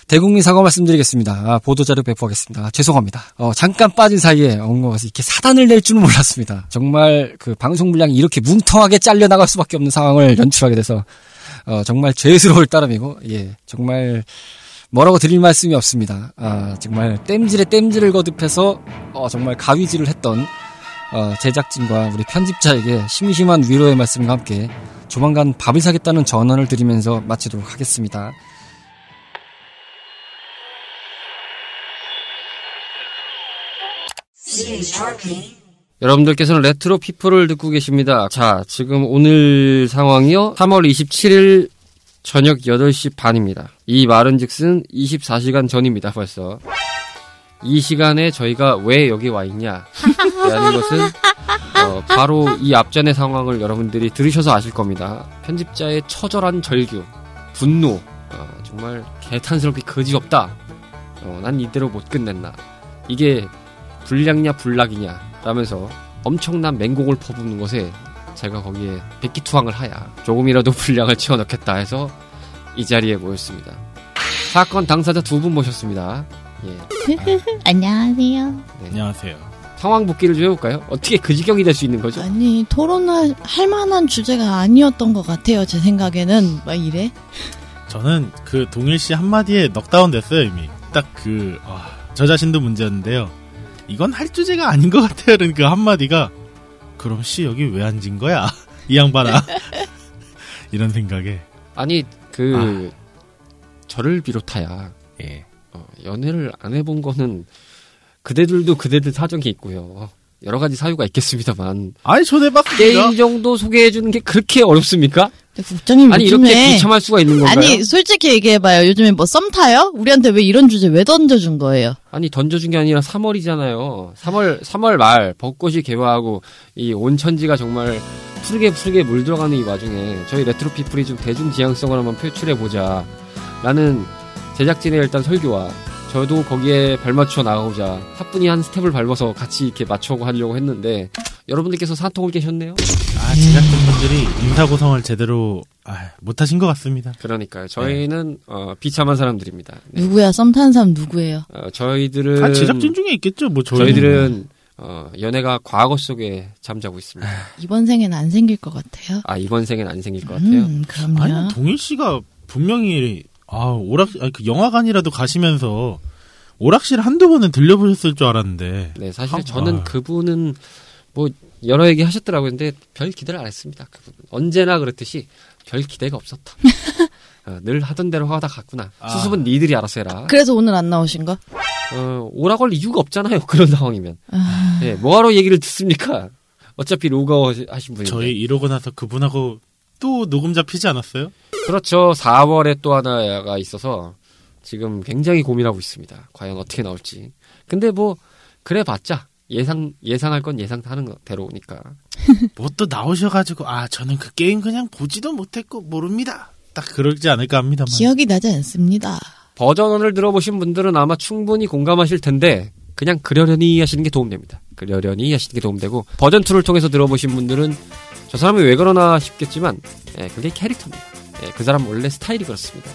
대국민 사과 말씀드리겠습니다. 아, 보도자료 배포하겠습니다. 아, 죄송합니다. 어, 잠깐 빠진 사이에 엉거가 이렇게 사단을 낼 줄은 몰랐습니다. 정말 그 방송 분량이 이렇게 뭉텅하게 잘려나갈 수밖에 없는 상황을 연출하게 돼서 어, 정말 죄스러울 따름이고, 예, 정말 뭐라고 드릴 말씀이 없습니다. 아, 정말 땜질에 땜질을 거듭해서 어, 정말 가위질을 했던 어, 제작진과 우리 편집자에게 심심한 위로의 말씀과 함께 조만간 밥을 사겠다는 전언을 드리면서 마치도록 하겠습니다.
여러분들께서는 레트로 피플을 듣고 계십니다. 자, 지금 오늘 상황이요. 3월 27일 저녁 8시 반입니다. 이 말은 즉슨 24시간 전입니다, 벌써. 이 시간에 저희가 왜 여기 와 있냐? 라는 것은 어, 바로 이 앞전의 상황을 여러분들이 들으셔서 아실 겁니다. 편집자의 처절한 절규, 분노, 어, 정말 개탄스럽게 거지없다. 어, 난 이대로 못 끝낸다. 이게 불량냐 불락이냐 라면서 엄청난 맹공을 퍼붓는 것에 제가 거기에 백기투항을 하야 조금이라도 분량을 채워넣겠다 해서 이 자리에 모였습니다. 사건 당사자 두 분 모셨습니다. 예.
안녕하세요.
안녕하세요.
상황 복귀를 좀 해볼까요? 어떻게 그 지경이 될 수 있는 거죠?
아니 토론할 할 만한 주제가 아니었던 것 같아요. 제 생각에는 막 이래.
저는 그 동일 씨 한마디에 넉다운 됐어요, 이미. 딱 그, 아, 저 자신도 문제였는데요. 이건 할 주제가 아닌 것 같아요. 그 한마디가, 그럼 씨 여기 왜 앉은 거야? 이 양반아. 이런 생각에.
아니 그
아.
저를 비롯하야
예.
어, 연애를 안 해본 거는 그대들도 그대들 사정이 있고요. 여러 가지 사유가 있겠습니다만.
아니 초대받습니다.
게임 정도 소개해 주는 게 그렇게 어렵습니까?
국장님
아니
요즘에
이렇게 비참할 수가 있는 건가요?
음, 아니 솔직히 얘기해봐요. 요즘에 뭐 썸 타요? 우리한테 왜 이런 주제 왜 던져준 거예요?
아니 던져준 게 아니라 3월이잖아요. 3월 3월 말 벚꽃이 개화하고 이 온천지가 정말 푸르게 푸르게 물들어가는 이 와중에 저희 레트로 피플이 좀 대중 지향성을 한번 표출해 보자. 라는 제작진의 일단 설교와 저도 거기에 발맞춰 나가고자 사뿐히 한 스텝을 밟아서 같이 이렇게 맞춰 하려고 했는데 여러분들께서 산통을 깨셨네요.
아, 제작진분들이 인사 구성을 제대로 아, 못하신 것 같습니다.
그러니까요. 저희는 어, 비참한 사람들입니다. 네.
누구야 썸 타는 사람 누구예요?
어, 저희들은
아, 제작진 중에 있겠죠. 뭐 저희는.
저희들은 어, 연애가 과거 속에 잠자고 있습니다.
이번 생엔 안 생길 것 같아요.
아 이번 생엔 안 생길 것 같아요. 뭐
음, 그럼요.
아니 동일 씨가 분명히 아 오락 아니, 그 영화관이라도 가시면서 오락실 한두 번은 들려보셨을 줄 알았는데.
네, 사실
아,
저는
아.
그분은 뭐 여러 얘기 하셨더라고요. 근데 별 기대를 안 했습니다. 그분 언제나 그랬듯이 별 기대가 없었다. 어, 늘 하던 대로 하다 갔구나. 수습은 니들이 알아서 해라.
그래서 오늘 안 나오신 거?
어, 오라고 할 이유가 없잖아요. 그런 상황이면.
아.
예, 뭐하러 얘기를 듣습니까? 어차피 로그아웃 하신 분인데.
저희 이러고 나서 그분하고 또 녹음 잡히지 않았어요?
그렇죠. 4월에 또 하나가 있어서 지금 굉장히 고민하고 있습니다. 과연 어떻게 나올지. 근데 뭐 그래 봤자 예상 예상할 건 예상하는 대로 오니까.
뭐 또 나오셔가지고 아 저는 그 게임 그냥 보지도 못했고 모릅니다. 딱 그러지 않을까 합니다만.
기억이 나지 않습니다.
버전을 들어보신 분들은 아마 충분히 공감하실 텐데 그냥 그려려니 하시는 게 도움됩니다. 그려려니 하시는 게 도움되고 버전 2를 통해서 들어보신 분들은 저 사람이 왜 그러나 싶겠지만 예, 그게 캐릭터입니다. 예, 그 사람 원래 스타일이 그렇습니다.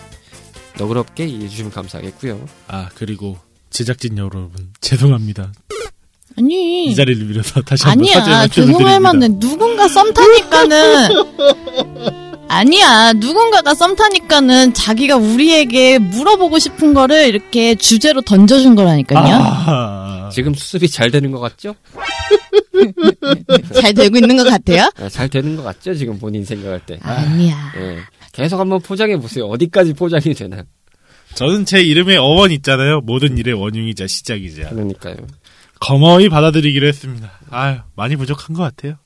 너그럽게 이해해 주시면 감사하겠고요.
아 그리고 제작진 여러분 죄송합니다.
아니
이 자리를 빌어서 다시 한번 사죄의
아니야 그
말씀을
죄송할
드립니다.
만한 누군가 썸 타니까는 아니야 누군가가 썸 타니까는 자기가 우리에게 물어보고 싶은 거를 이렇게 주제로 던져준
아.
거라니까요
아.
지금 수습이 잘 되는 것 같죠?
잘 되고 있는 것 같아요
아, 잘 되는 것 같죠? 지금 본인 생각할 때.
아니야.
예. 계속 한번 포장해 보세요. 어디까지 포장이 되나.
저는 제 이름에 어원 있잖아요. 모든 일의 원흉이자 시작이자.
그러니까요.
검어이 받아들이기로 했습니다. 아유 많이 부족한 것 같아요.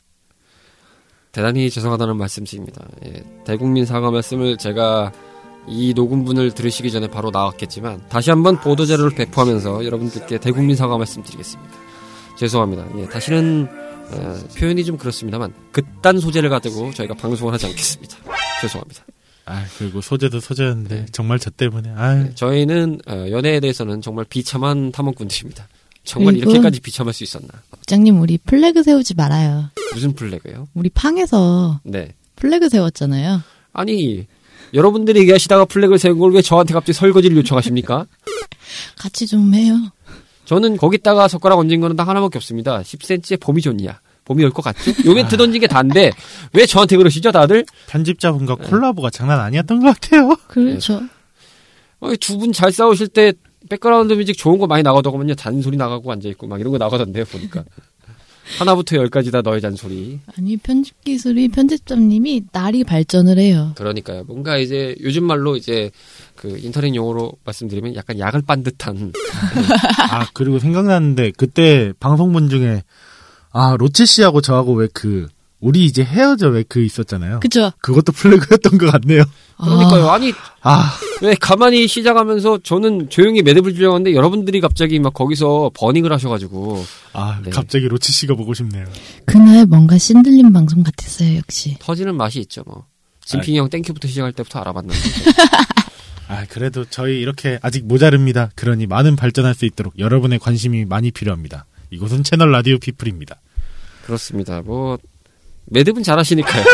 대단히 죄송하다는 말씀드립니다. 예, 대국민 사과 말씀을 제가 이 녹음분을 들으시기 전에 바로 나왔겠지만 다시 한번 보도 자료를 배포하면서 여러분들께 대국민 사과 말씀드리겠습니다. 죄송합니다. 예, 다시는 어, 표현이 좀 그렇습니다만 그딴 소재를 가지고 저희가 방송을 하지 않겠습니다. 죄송합니다.
아 그리고 소재도 소재였는데 정말 저 때문에 아유
저희는 어, 연애에 대해서는 정말 비참한 탐험꾼들입니다. 정말
그리고-
이렇게까지 비참할 수 있었나?
국장님 우리 플래그 세우지 말아요
무슨 플래그예요?
우리 팡에서
네.
플래그 세웠잖아요
아니 여러분들이 얘기하시다가 플래그를 세운 걸 왜 저한테 갑자기 설거지를 요청하십니까?
같이 좀 해요
저는 거기다가 젓가락 얹은 거는 딱 하나밖에 없습니다. 10cm의 봄이 좋냐? 봄이 올 것 같죠? 요 멘트 던진 게 단데 왜 저한테 그러시죠 다들?
편집자분과 콜라보가 장난 아니었던 것 같아요.
네.
그렇죠.
어, 두 분 잘 싸우실 때 백그라운드 뮤직 좋은 거 많이 나가더군요. 잔소리 나가고 앉아있고 막 이런 거 나가던데요 보니까. 하나부터 열까지 다 너의 잔소리.
아니 편집 기술이 편집자님이 날이 발전을 해요
그러니까요. 뭔가 이제 요즘 말로 이제 그 인터넷 용어로 말씀드리면 약간 약을 빤 듯한
아 그리고 생각났는데 그때 방송분 중에 아 로치 씨하고 저하고 왜 그 우리 이제 헤어져 왜 그 있었잖아요.
그죠.
그것도 플래그였던 것 같네요.
어,
그러니까요. 아니
아,
왜 가만히 시작하면서 저는 조용히 매듭을 주려고 하는데 여러분들이 갑자기 막 거기서 버닝을 하셔가지고
아 갑자기 로치 씨가 보고 싶네요.
그날 뭔가 신들린 방송 같았어요, 역시.
터지는 맛이 있죠 뭐. 진핑이 형 땡큐부터 시작할 때부터 알아봤는데
아, 그래도 저희 이렇게 아직 모자릅니다. 그러니 많은 발전할 수 있도록 여러분의 관심이 많이 필요합니다. 이곳은 채널 라디오 피플입니다.
그렇습니다. 뭐 매듭은 잘하시니까요.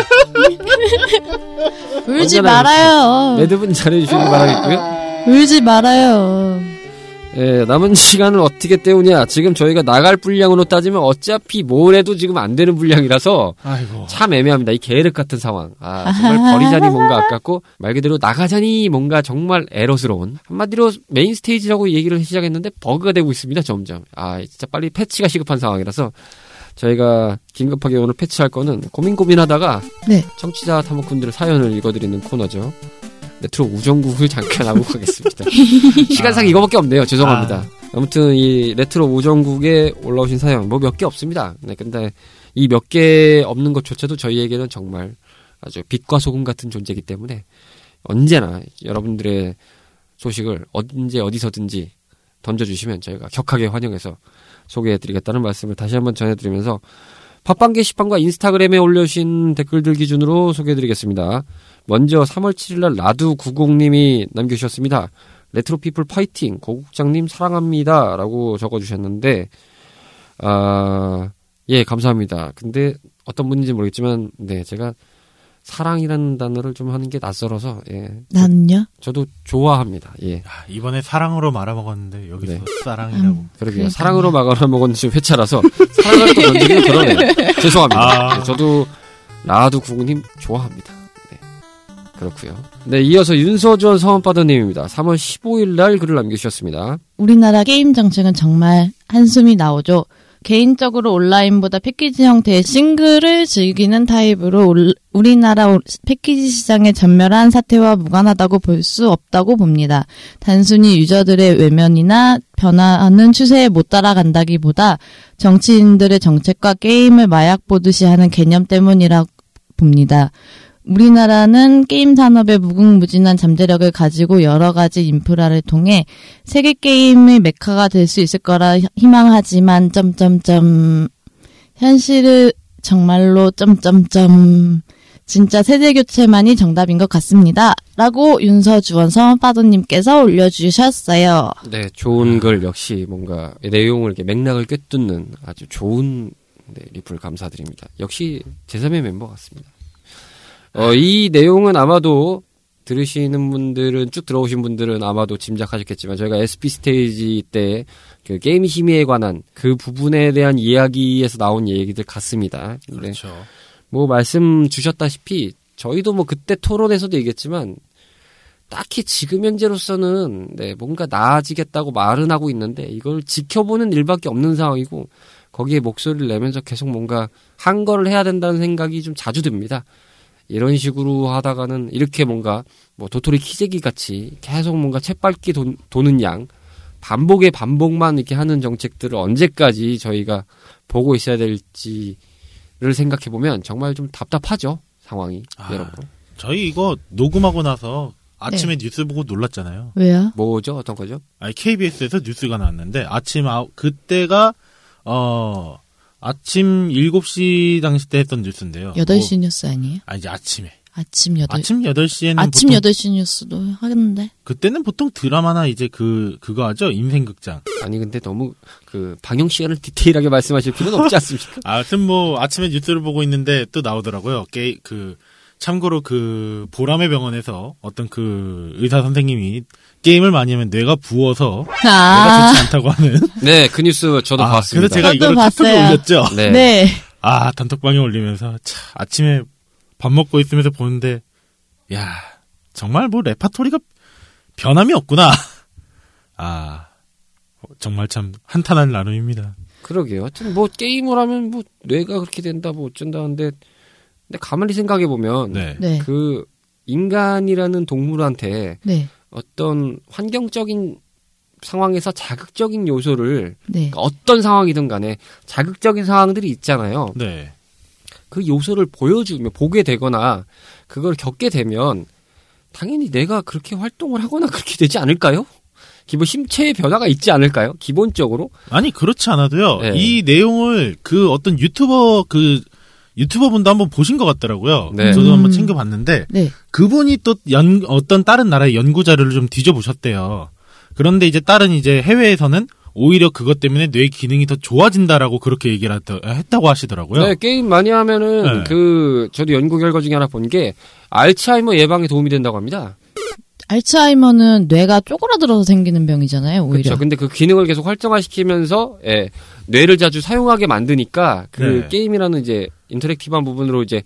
울지
언제나 네.
말아요.
매듭은 잘해주시길 바라겠고요.
울지 말아요.
예, 남은 시간을 어떻게 때우냐. 지금 저희가 나갈 분량으로 따지면 어차피 뭘 해도 지금 안 되는 분량이라서 참 애매합니다. 이 계륵 같은 상황. 아, 정말 버리자니 뭔가 아깝고 말 그대로 나가자니 뭔가 정말 애로스러운. 한마디로 메인 스테이지라고 얘기를 시작했는데 버그가 되고 있습니다. 점점. 아, 진짜 빨리 패치가 시급한 상황이라서 저희가 긴급하게 오늘 패치할 거는 고민 고민하다가
네.
청취자 사모꾼들의 사연을 읽어드리는 코너죠. 메트로 우정국을 잠깐 하고 가겠습니다. 시간상 이거밖에 없네요. 죄송합니다. 아. 무튼이 레트로 우정국에 올라오신 사연 뭐 몇 개 없습니다. 네, 근데 이 몇 개 없는 것조차도 저희에게는 정말 아주 빛과 소금 같은 존재이기 때문에 언제나 여러분들의 소식을 언제 어디서든지 던져주시면 저희가 격하게 환영해서 소개해드리겠다는 말씀을 다시 한번 전해드리면서 팟빵 게시판과 인스타그램에 올려주신 댓글들 기준으로 소개해드리겠습니다. 먼저 3월 7일날 라두90님이 남겨주셨습니다. 레트로피플 파이팅 고국장님 사랑합니다 라고 적어주셨는데 아, 예 감사합니다. 근데 어떤 분인지 모르겠지만 네 제가 사랑이라는 단어를 좀 하는 게 낯설어서 예
나는요?
저도 좋아합니다. 예.
이번에 사랑으로 말아먹었는데 여기서 사랑이라고.
그러게요. 사랑으로 막아라 먹은 지금 회차라서 사랑을 또 던지기는 그러네요. 죄송합니다.
아.
네, 저도 라두 구구님 좋아합니다. 네, 그렇고요. 네, 이어서 윤서주원 성원바다님입니다. 3월 15일 날 글을 남겨주셨습니다.
우리나라 게임 정책은 정말 한숨이 나오죠. 개인적으로 온라인보다 패키지 형태의 싱글을 즐기는 타입으로 올- 우리나라 오- 패키지 시장의 전멸한 사태와 무관하다고 볼 수 없다고 봅니다. 단순히 유저들의 외면이나 변화하는 추세에 못 따라간다기보다 정치인들의 정책과 게임을 마약 보듯이 하는 개념 때문이라 봅니다. 우리나라는 게임 산업의 무궁무진한 잠재력을 가지고 여러 가지 인프라를 통해 세계 게임의 메카가 될 수 있을 거라 희망하지만 점점점 현실을 정말로 점점점 진짜 세대 교체만이 정답인 것 같습니다.라고 윤서주원 성빠도님께서 올려주셨어요.
네, 좋은 글 역시 뭔가 내용을 이렇게 맥락을 꿰뚫는 아주 좋은 네, 리플 감사드립니다. 역시 제3의 멤버 같습니다. 어, 이 내용은 아마도 들으시는 분들은 쭉 들어오신 분들은 아마도 짐작하셨겠지만 저희가 SP 스테이지 때 그 게임 심의에 관한 그 부분에 대한 이야기에서 나온 얘기들 같습니다. 그렇죠. 뭐 말씀 주셨다시피 저희도 뭐 그때 토론에서도 얘기했지만 딱히 지금 현재로서는 네, 뭔가 나아지겠다고 말은 하고 있는데 이걸 지켜보는 일밖에 없는 상황이고 거기에 목소리를 내면서 계속 뭔가 한 거를 해야 된다는 생각이 좀 자주 듭니다. 이런 식으로 하다가는 이렇게 뭔가 뭐 도토리 키재기 같이 계속 뭔가 쳇밟기 돈- 도는 양 반복에 반복만 이렇게 하는 정책들을 언제까지 저희가 보고 있어야 될지를 생각해 보면 정말 좀 답답하죠 상황이 여러분.
저희 이거 녹음하고 나서 아침에
네.
뉴스 보고 놀랐잖아요.
왜요?
뭐죠? 어떤 거죠?
아니, KBS에서 뉴스가 나왔는데 아침 아 그때가 어 아침 7시 당시 때 했던 뉴스인데요.
8시
뭐,
뉴스 아니에요?
아 이제 아침에.
아침 8시.
아침 8시에는
아침
보통,
8시 뉴스도 하겠는데.
그때는 보통 드라마나 이제 그 그거 하죠. 인생 극장.
아니 근데 너무 그 방영 시간을 디테일하게 말씀하실 필요는 없지 않습니까?
아, 하여튼 뭐 아침에 뉴스를 보고 있는데 또 나오더라고요. 게, 그 참고로 그 보람의 병원에서 어떤 그 의사 선생님이 게임을 많이 하면 뇌가 부어서
아.
뇌가 좋지 않다고 하는.
네, 그 뉴스 아. 저도
아,
봤습니다.
그래서 제가 이걸 카톡에 올렸죠.
네.
아 단톡방에 올리면서 차, 아침에 밥 먹고 있으면서 보는데 야 정말 뭐 레파토리가 변함이 없구나. 아 정말 참 한탄한 나눔입니다.
그러게요. 하여튼 뭐 게임을 하면 뭐 뇌가 그렇게 된다 뭐 어쩐다 하는데 근데 가만히 생각해 보면
네.
그 인간이라는 동물한테
네.
어떤 환경적인 상황에서 자극적인 요소를
네.
네.
그러니까 어떤 상황이든 간에 자극적인 상황들이 있잖아요. 그 요소를 보여주면 보게 되거나 그걸 겪게 되면 당연히 내가 그렇게 활동을 하거나 그렇게 되지 않을까요? 기본 심체의 변화가 있지 않을까요? 기본적으로
아니 그렇지 않아도요.
네.
이 내용을 그 어떤 유튜버 그 유튜버 분도 한번 보신 것 같더라고요.
네.
저도 한번
음.
챙겨봤는데
네.
그분이 또 연, 어떤 다른 나라의 연구 자료를 좀 뒤져보셨대요. 그런데 이제 다른 이제 해외에서는 오히려 그것 때문에 뇌 기능이 더 좋아진다라고 그렇게 얘기를 했다- 했다고 하시더라고요.
네, 게임 많이 하면은
네.
그 저도 연구 결과 중에 하나 본 게 알츠하이머 예방에 도움이 된다고 합니다.
알츠하이머는 뇌가 쪼그라들어서 생기는 병이잖아요, 오히려.
그렇죠. 근데 그 기능을 계속 활성화시키면서 예, 뇌를 자주 사용하게 만드니까 그
네.
게임이라는 이제 인터랙티브한 부분으로 이제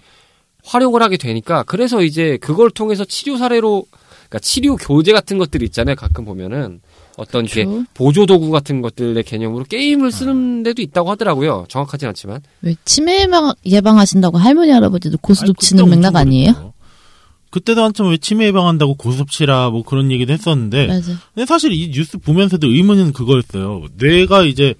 활용을 하게 되니까 그래서 이제 그걸 통해서 치료 사례로 그러니까 치료 교재 같은 것들 있잖아요. 가끔 보면은 어떤 이게
그렇죠.
보조 도구 같은 것들의 개념으로 게임을 쓰는 데도 있다고 하더라고요. 정확하진 않지만.
왜 치매 예방, 예방하신다고 할머니 할아버지도 고스톱 치는 맥락 아니에요?
그때도 한참 왜 치매 예방한다고 고스톱 치라 뭐 그런 얘기도 했었는데
맞아.
근데 사실 이 뉴스 보면서도 의문은 그거였어요. 뇌가 이제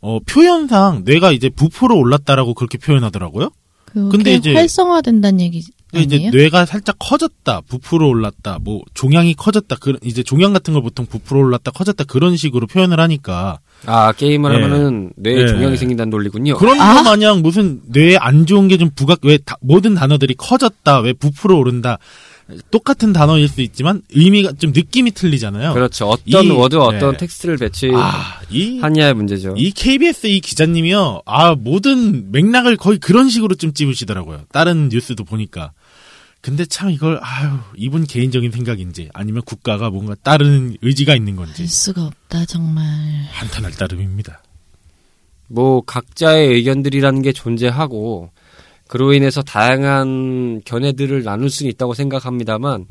어, 표현상 뇌가 이제 부포로 올랐다라고 그렇게 표현하더라고요.
그게
근데 이제-
활성화된다는 얘기
이제
아니에요?
뇌가 살짝 커졌다, 부풀어 올랐다, 뭐 종양이 커졌다, 그 이제 종양 같은 걸 보통 부풀어 올랐다, 커졌다 그런 식으로 표현을 하니까
아 게임을
예.
하면은 뇌에
예.
종양이 생긴다는 논리군요.
그런
아?
거 마냥 무슨 뇌에 안 좋은 게 좀 부각 왜 다- 모든 단어들이 커졌다, 왜 부풀어 오른다 똑같은 단어일 수 있지만 의미가 좀 느낌이 틀리잖아요.
그렇죠. 어떤
이-
워드, 어떤
네.
텍스트를 배치
아,
하냐의 문제죠.
이 KBS 이 기자님이요, 아, 모든 맥락을 거의 그런 식으로 좀 찝으시더라고요. 다른 뉴스도 보니까. 근데 참 이걸, 아유, 이분 개인적인 생각인지, 아니면 국가가 뭔가 다른 의지가 있는 건지,
알 수가 없다 정말.
한탄할 따름입니다.
뭐 각자의 의견들이라는 게 존재하고 그로 인해서 다양한 견해들을 나눌 수는 있다고 생각합니다만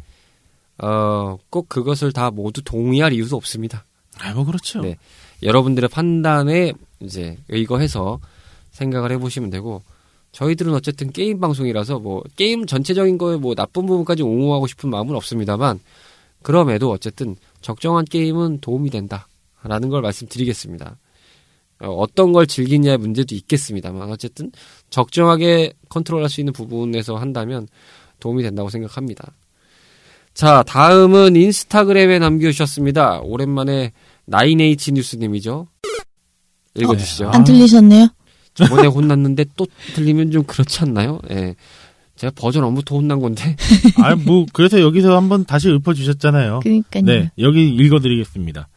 어꼭 그것을 다 모두 동의할 이유도 없습니다.
아, 뭐 그렇죠.
네. 여러분들의 판단에 이제 의거해서 생각을 해보시면 되고 저희들은 어쨌든 게임 방송이라서 뭐 게임 전체적인 거에 뭐 나쁜 부분까지 옹호하고 싶은 마음은 없습니다만 그럼에도 어쨌든 적정한 게임은 도움이 된다라는 걸 말씀드리겠습니다. 어, 어떤 걸 즐기냐의 문제도 있겠습니다만 어쨌든 적정하게 컨트롤할 수 있는 부분에서 한다면 도움이 된다고 생각합니다. 자, 다음은 인스타그램에 남겨주셨습니다. 오랜만에 나인에이치 뉴스님이죠. 아. 읽어주시죠.
안 틀리셨네요?
저번에 혼났는데 또 틀리면 좀 그렇지 않나요? 예. 제가 버전 업부터 혼난 건데.
아, 뭐, 그래서 여기서 한번 다시 읊어주셨잖아요.
그러니까요.
네, 여기 읽어드리겠습니다.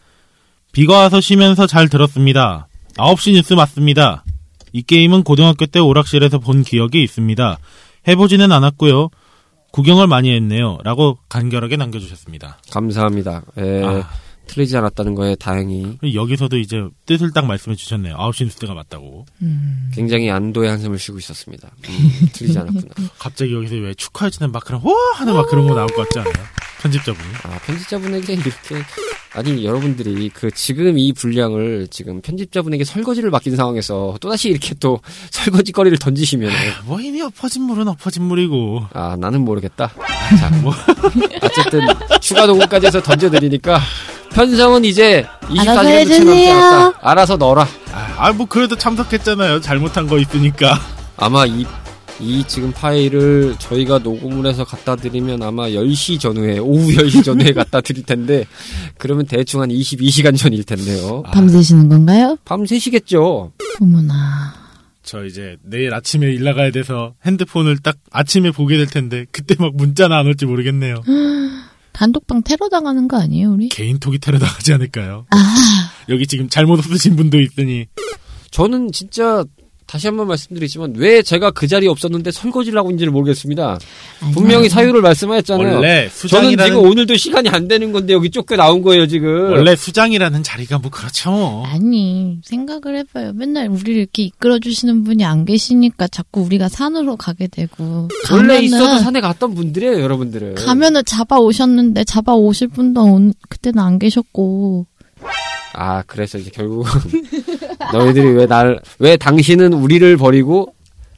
비가 와서 쉬면서 잘 들었습니다. 9시 뉴스 맞습니다. 이 게임은 고등학교 때 오락실에서 본 기억이 있습니다. 해보지는 않았고요. 구경을 많이 했네요. 라고 간결하게 남겨주셨습니다. 아,
감사합니다. 예, 틀리지 않았다는 거에 다행히
여기서도 이제 뜻을 딱 말씀해 주셨네요. 9시 뉴스가 맞다고.
굉장히 안도의 한숨을 쉬고 있었습니다. 음, 틀리지 않았구나.
갑자기 여기서 왜 축하해주는 막 그런, 와! 하는 막 그런 거 나올 것 같지 않아요? 편집자분이.
아, 편집자분에게 이렇게 아니 여러분들이 그 지금 이 분량을 지금 편집자분에게 설거지를 맡긴 상황에서 또다시 이렇게 또 설거지 거리를 던지시면
뭐 이미 엎어진 물은 엎어진 물이고.
아 나는 모르겠다. 자, 뭐 어쨌든 추가 도구까지 해서 던져드리니까 편성은 이제 24시간 도채 넘지
해주세요.
않았다. 알아서 넣어라.
아, 뭐 그래도 참석했잖아요. 잘못한 거 있으니까.
아마 이, 이 지금 파일을 저희가 녹음을 해서 갖다 드리면 아마 10시 전후에, 오후 10시 전후에 갖다 드릴 텐데, 그러면 대충 한 22시간 전일 텐데요.
아.
밤새시는 건가요?
밤새시겠죠?
어머나.
저 이제 내일 아침에 일 나가야 돼서 핸드폰을 딱 아침에 보게 될 텐데 그때 막 문자나 안 올지 모르겠네요.
단독방 테러 당하는 거 아니에요, 우리?
개인톡이 테러 나가지 않을까요?
아.
여기 지금 잘못 쓰신 분도 있으니
저는 진짜 다시 한번 말씀드리지만, 왜 제가 그 자리에 없었는데 설거지를 하고 있는지를 모르겠습니다. 분명히 사유를 말씀하셨잖아요.
원래
저는
수장이라는-
지금 오늘도 시간이 안 되는 건데 여기 쫓겨 나온 거예요, 지금.
원래 수장이라는 자리가 뭐 그렇죠. 뭐.
아니, 생각을 해봐요. 맨날 우리를 이렇게 이끌어주시는 분이 안 계시니까 자꾸 우리가 산으로 가게 되고.
원래
가면은-
있어도 산에 갔던 분들이에요, 여러분들은.
가면은 잡아오셨는데, 잡아오실 분도 온- 그때는 안 계셨고.
아, 그래서 이제 결국 너희들이 왜 날, 왜 당신은 우리를 버리고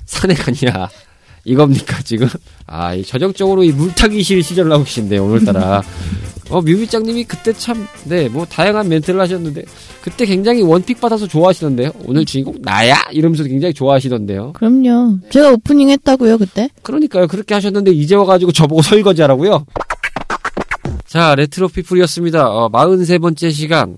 산에 갔냐. 이겁니까, 지금? 아, 이 전형적으로 이 물타기실 시절 나오신데, 오늘따라. 어, 뮤비짱님이 그때 참, 네, 뭐, 다양한 멘트를 하셨는데, 그때 굉장히 원픽 받아서 좋아하시던데요. 오늘 주인공 나야? 이러면서 굉장히 좋아하시던데요.
그럼요. 제가 오프닝 했다고요, 그때?
그러니까요. 그렇게 하셨는데, 이제 와가지고 저보고 설거지 하라고요? 자, 레트로 피플이었습니다. 어, 43번째 시간.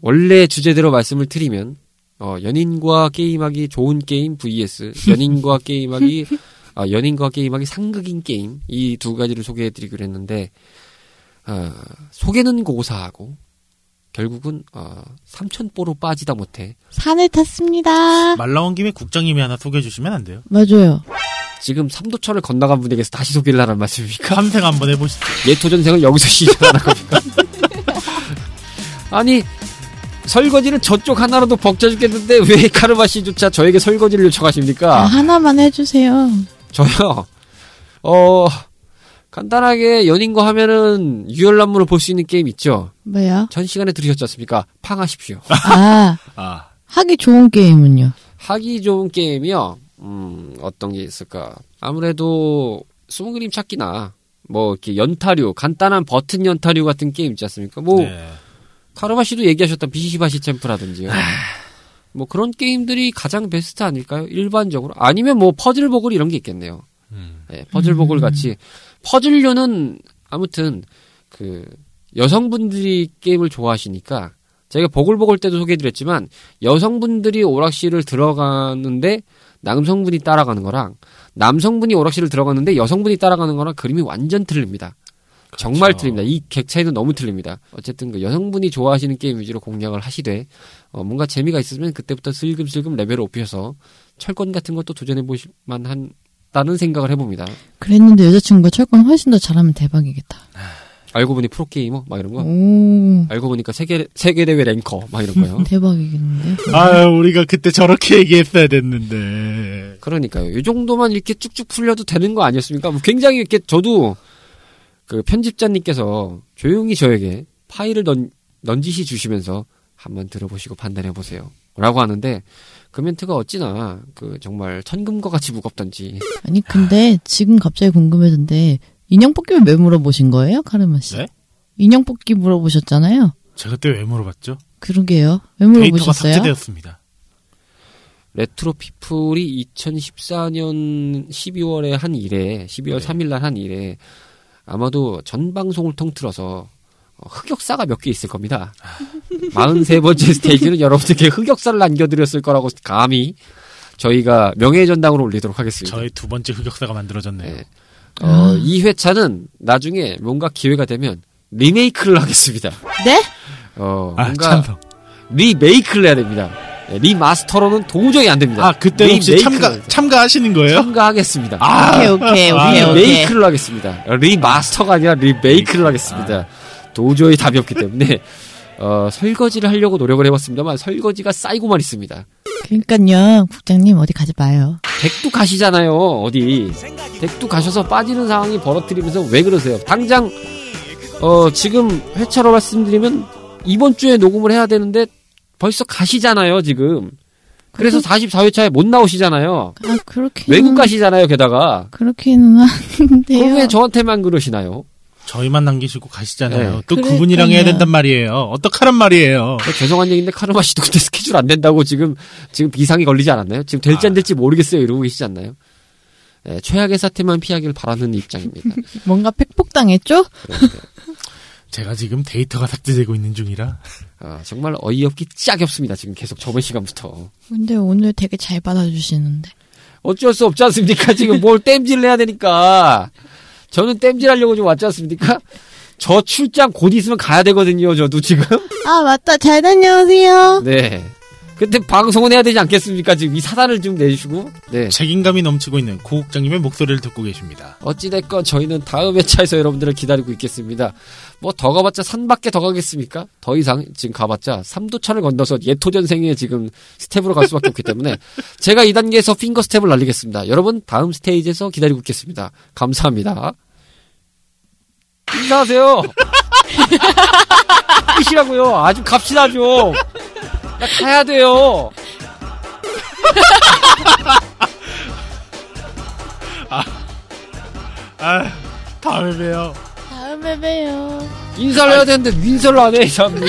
원래 주제대로 말씀을 드리면, 어, 연인과 게임하기 좋은 게임 vs. 연인과 게임하기, 아, 연인과 게임하기 상극인 게임. 이 두 가지를 소개해드리기로 했는데, 어, 소개는 고사하고, 결국은, 어, 삼천포로 빠지다 못해.
산을 탔습니다.
말 나온 김에 국장님이 하나 소개해 주시면 안 돼요?
맞아요.
지금 삼도천을 건너간 분에게서 다시 소개를 하라는 말씀입니까?
탐생 한번 해보시죠.
예토전생을 여기서 시작하는 겁니까? 아니, 설거지는 저쪽 하나라도 벅차 죽겠는데 왜 카르마 씨조차 저에게 설거지를
아,
요청하십니까?
하나만 해주세요.
저요. 어 간단하게 연인과 하면은 유혈난물을 볼 수 있는 게임 있죠.
뭐야?
전 시간에 들으셨지 않습니까? 팡하십시오.
아,
아.
하기 좋은 게임은요?
하기 좋은 게임이요. 음, 어떤 게 있을까? 아무래도 숨은 그림 찾기나 뭐 이렇게 연타류, 간단한 버튼 연타류 같은 게임 있지 않습니까?
네.
뭐 카르마 씨도 얘기하셨던 비시바시 챔프라든지요. 뭐 그런 게임들이 가장 베스트 아닐까요? 일반적으로 아니면 뭐 퍼즐보글 이런 게 있겠네요. 예, 퍼즐보글 같이 퍼즐류는 아무튼 그 여성분들이 게임을 좋아하시니까 제가 보글보글 때도 소개해드렸지만 여성분들이 오락실을 들어가는데 남성분이 따라가는 거랑 남성분이 오락실을 들어가는데 여성분이 따라가는 거랑 그림이 완전 틀립니다. 정말 틀립니다. 이 객 차이는 너무 틀립니다. 어쨌든 그 여성분이 좋아하시는 게임 위주로 공략을 하시되 어, 뭔가 재미가 있으면 그때부터 슬금슬금 레벨을 높여서 철권 같은 것도 도전해 보실 만한 다는 생각을 해봅니다.
그랬는데 여자친구가 철권 훨씬 더 잘하면 대박이겠다.
알고 보니 프로게이머 막 이런
음.
거.
오.
알고 보니까 세계 세계 대회 랭커 막 이런 거요.
대박이겠는데?
아유, 우리가 그때 저렇게 얘기했어야 됐는데.
그러니까요. 이 정도만 이렇게 쭉쭉 풀려도 되는 거 아니었습니까? 뭐 굉장히 이렇게 저도 그 편집자님께서 조용히 저에게 파일을 넌, 넌지시 주시면서 한번 들어보시고 판단해 보세요. 라고 하는데 그 멘트가 어찌나 그 정말 천금과 같이 무겁던지
아니, 근데 지금 갑자기 궁금해졌는데, 인형 뽑기 왜 물어보신 거예요, 카르마 씨?
네?
인형 뽑기 물어보셨잖아요?
제가 그때 왜 물어봤죠?
그러게요. 왜
데이터가
물어보셨어요?
삭제되었습니다.
레트로 피플이 2014년 12월에 한 일에 12월
네.
3일 날 한 일에 아마도 전 방송을 통틀어서 어, 흑역사가 몇 개 있을 겁니다. 43번째 스테이지는 여러분들께 흑역사를 남겨드렸을 거라고 감히 저희가 명예의 전당으로 올리도록 하겠습니다.
저의 두 번째 흑역사가 만들어졌네요.
어, 이 회차는 나중에 뭔가 기회가 되면 리메이크를 하겠습니다.
네?
어,
아,
뭔가
찬성.
리메이크를 해야 됩니다. 네, 리마스터로는 도저히 안 됩니다.
아, 그때 혹시
네. 리메이크를
참가, 참가하시는 거예요?
참가하겠습니다.
아, 오케이, 오케이, 오케이, 오케이.
리메이크를 하겠습니다. 리마스터가 아니라 리메이크를 하겠습니다. 도저히 답이 없기 때문에 어, 설거지를 하려고 노력을 해봤습니다만 설거지가 쌓이고만 있습니다.
그러니까요, 국장님 어디 가지 마요.
댁도 가시잖아요. 어디 댁도 가셔서 빠지는 상황이 벌어뜨리면서 왜 그러세요? 당장 어, 지금 회차로 말씀드리면 이번 주에 녹음을 해야 되는데 벌써 가시잖아요. 지금 그래서 44회차에 못 나오시잖아요.
아, 그렇게.
외국 가시잖아요. 게다가
그렇게는 한데요.
그럼 왜 저한테만 그러시나요?
저희만 남기시고 가시잖아요.
네.
또
그러니까요.
그분이랑 해야 된단 말이에요. 어떡하란 말이에요.
아, 죄송한 얘기인데 카르마 씨도 그때 스케줄 안 된다고 지금 지금 비상이 걸리지 않았나요? 지금 될지 안 될지 모르겠어요 이러고 계시지 않나요? 예, 최악의 사태만 피하길 바라는 입장입니다.
뭔가 팩폭당했죠?
제가 지금 데이터가 삭제되고 있는 중이라.
아, 정말 어이없기 짝이 없습니다. 지금 계속 저번 시간부터
근데 오늘 되게 잘 받아주시는데.
어쩔 수 없지 않습니까? 지금 뭘 땜질을 해야 되니까 저는 땜질하려고 좀 왔지 않습니까? 저 출장 곧 있으면 가야 되거든요. 저도 지금
아, 맞다. 잘 다녀오세요.
네. 근데 방송은 해야 되지 않겠습니까? 지금 이 사단을 좀 내주시고 네.
책임감이 넘치고 있는 고국장님의 목소리를 듣고 계십니다.
어찌됐건 저희는 다음 회차에서 여러분들을 기다리고 있겠습니다. 뭐 더 가봤자 산밖에 더 가겠습니까? 더 이상 지금 가봤자 삼도차를 건너서 예토전생에 지금 스텝으로 갈 수밖에 없기 때문에 제가 이 단계에서 핑거 스텝을 날리겠습니다. 여러분 다음 스테이지에서 기다리고 있겠습니다. 감사합니다. 인사하세요. 끝이라고요. 아주 갑시다 좀. 나 가야 돼요.
아, 다음에 봬요.
다음에 봬요.
인사를 해야 되는데 인사를 안 해, 잠이.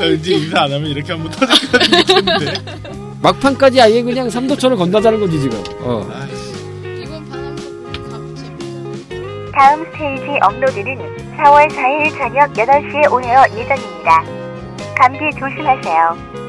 왠지 인사 안 하면 이렇게 한번 터질 것 같은 느낌인데.
막판까지 아예 그냥 삼도천을 건너자는 거지, 지금. 어.
다음 스테이지 업로드는 4월 4일 저녁 8시에 올려 예정입니다. 감기 조심하세요.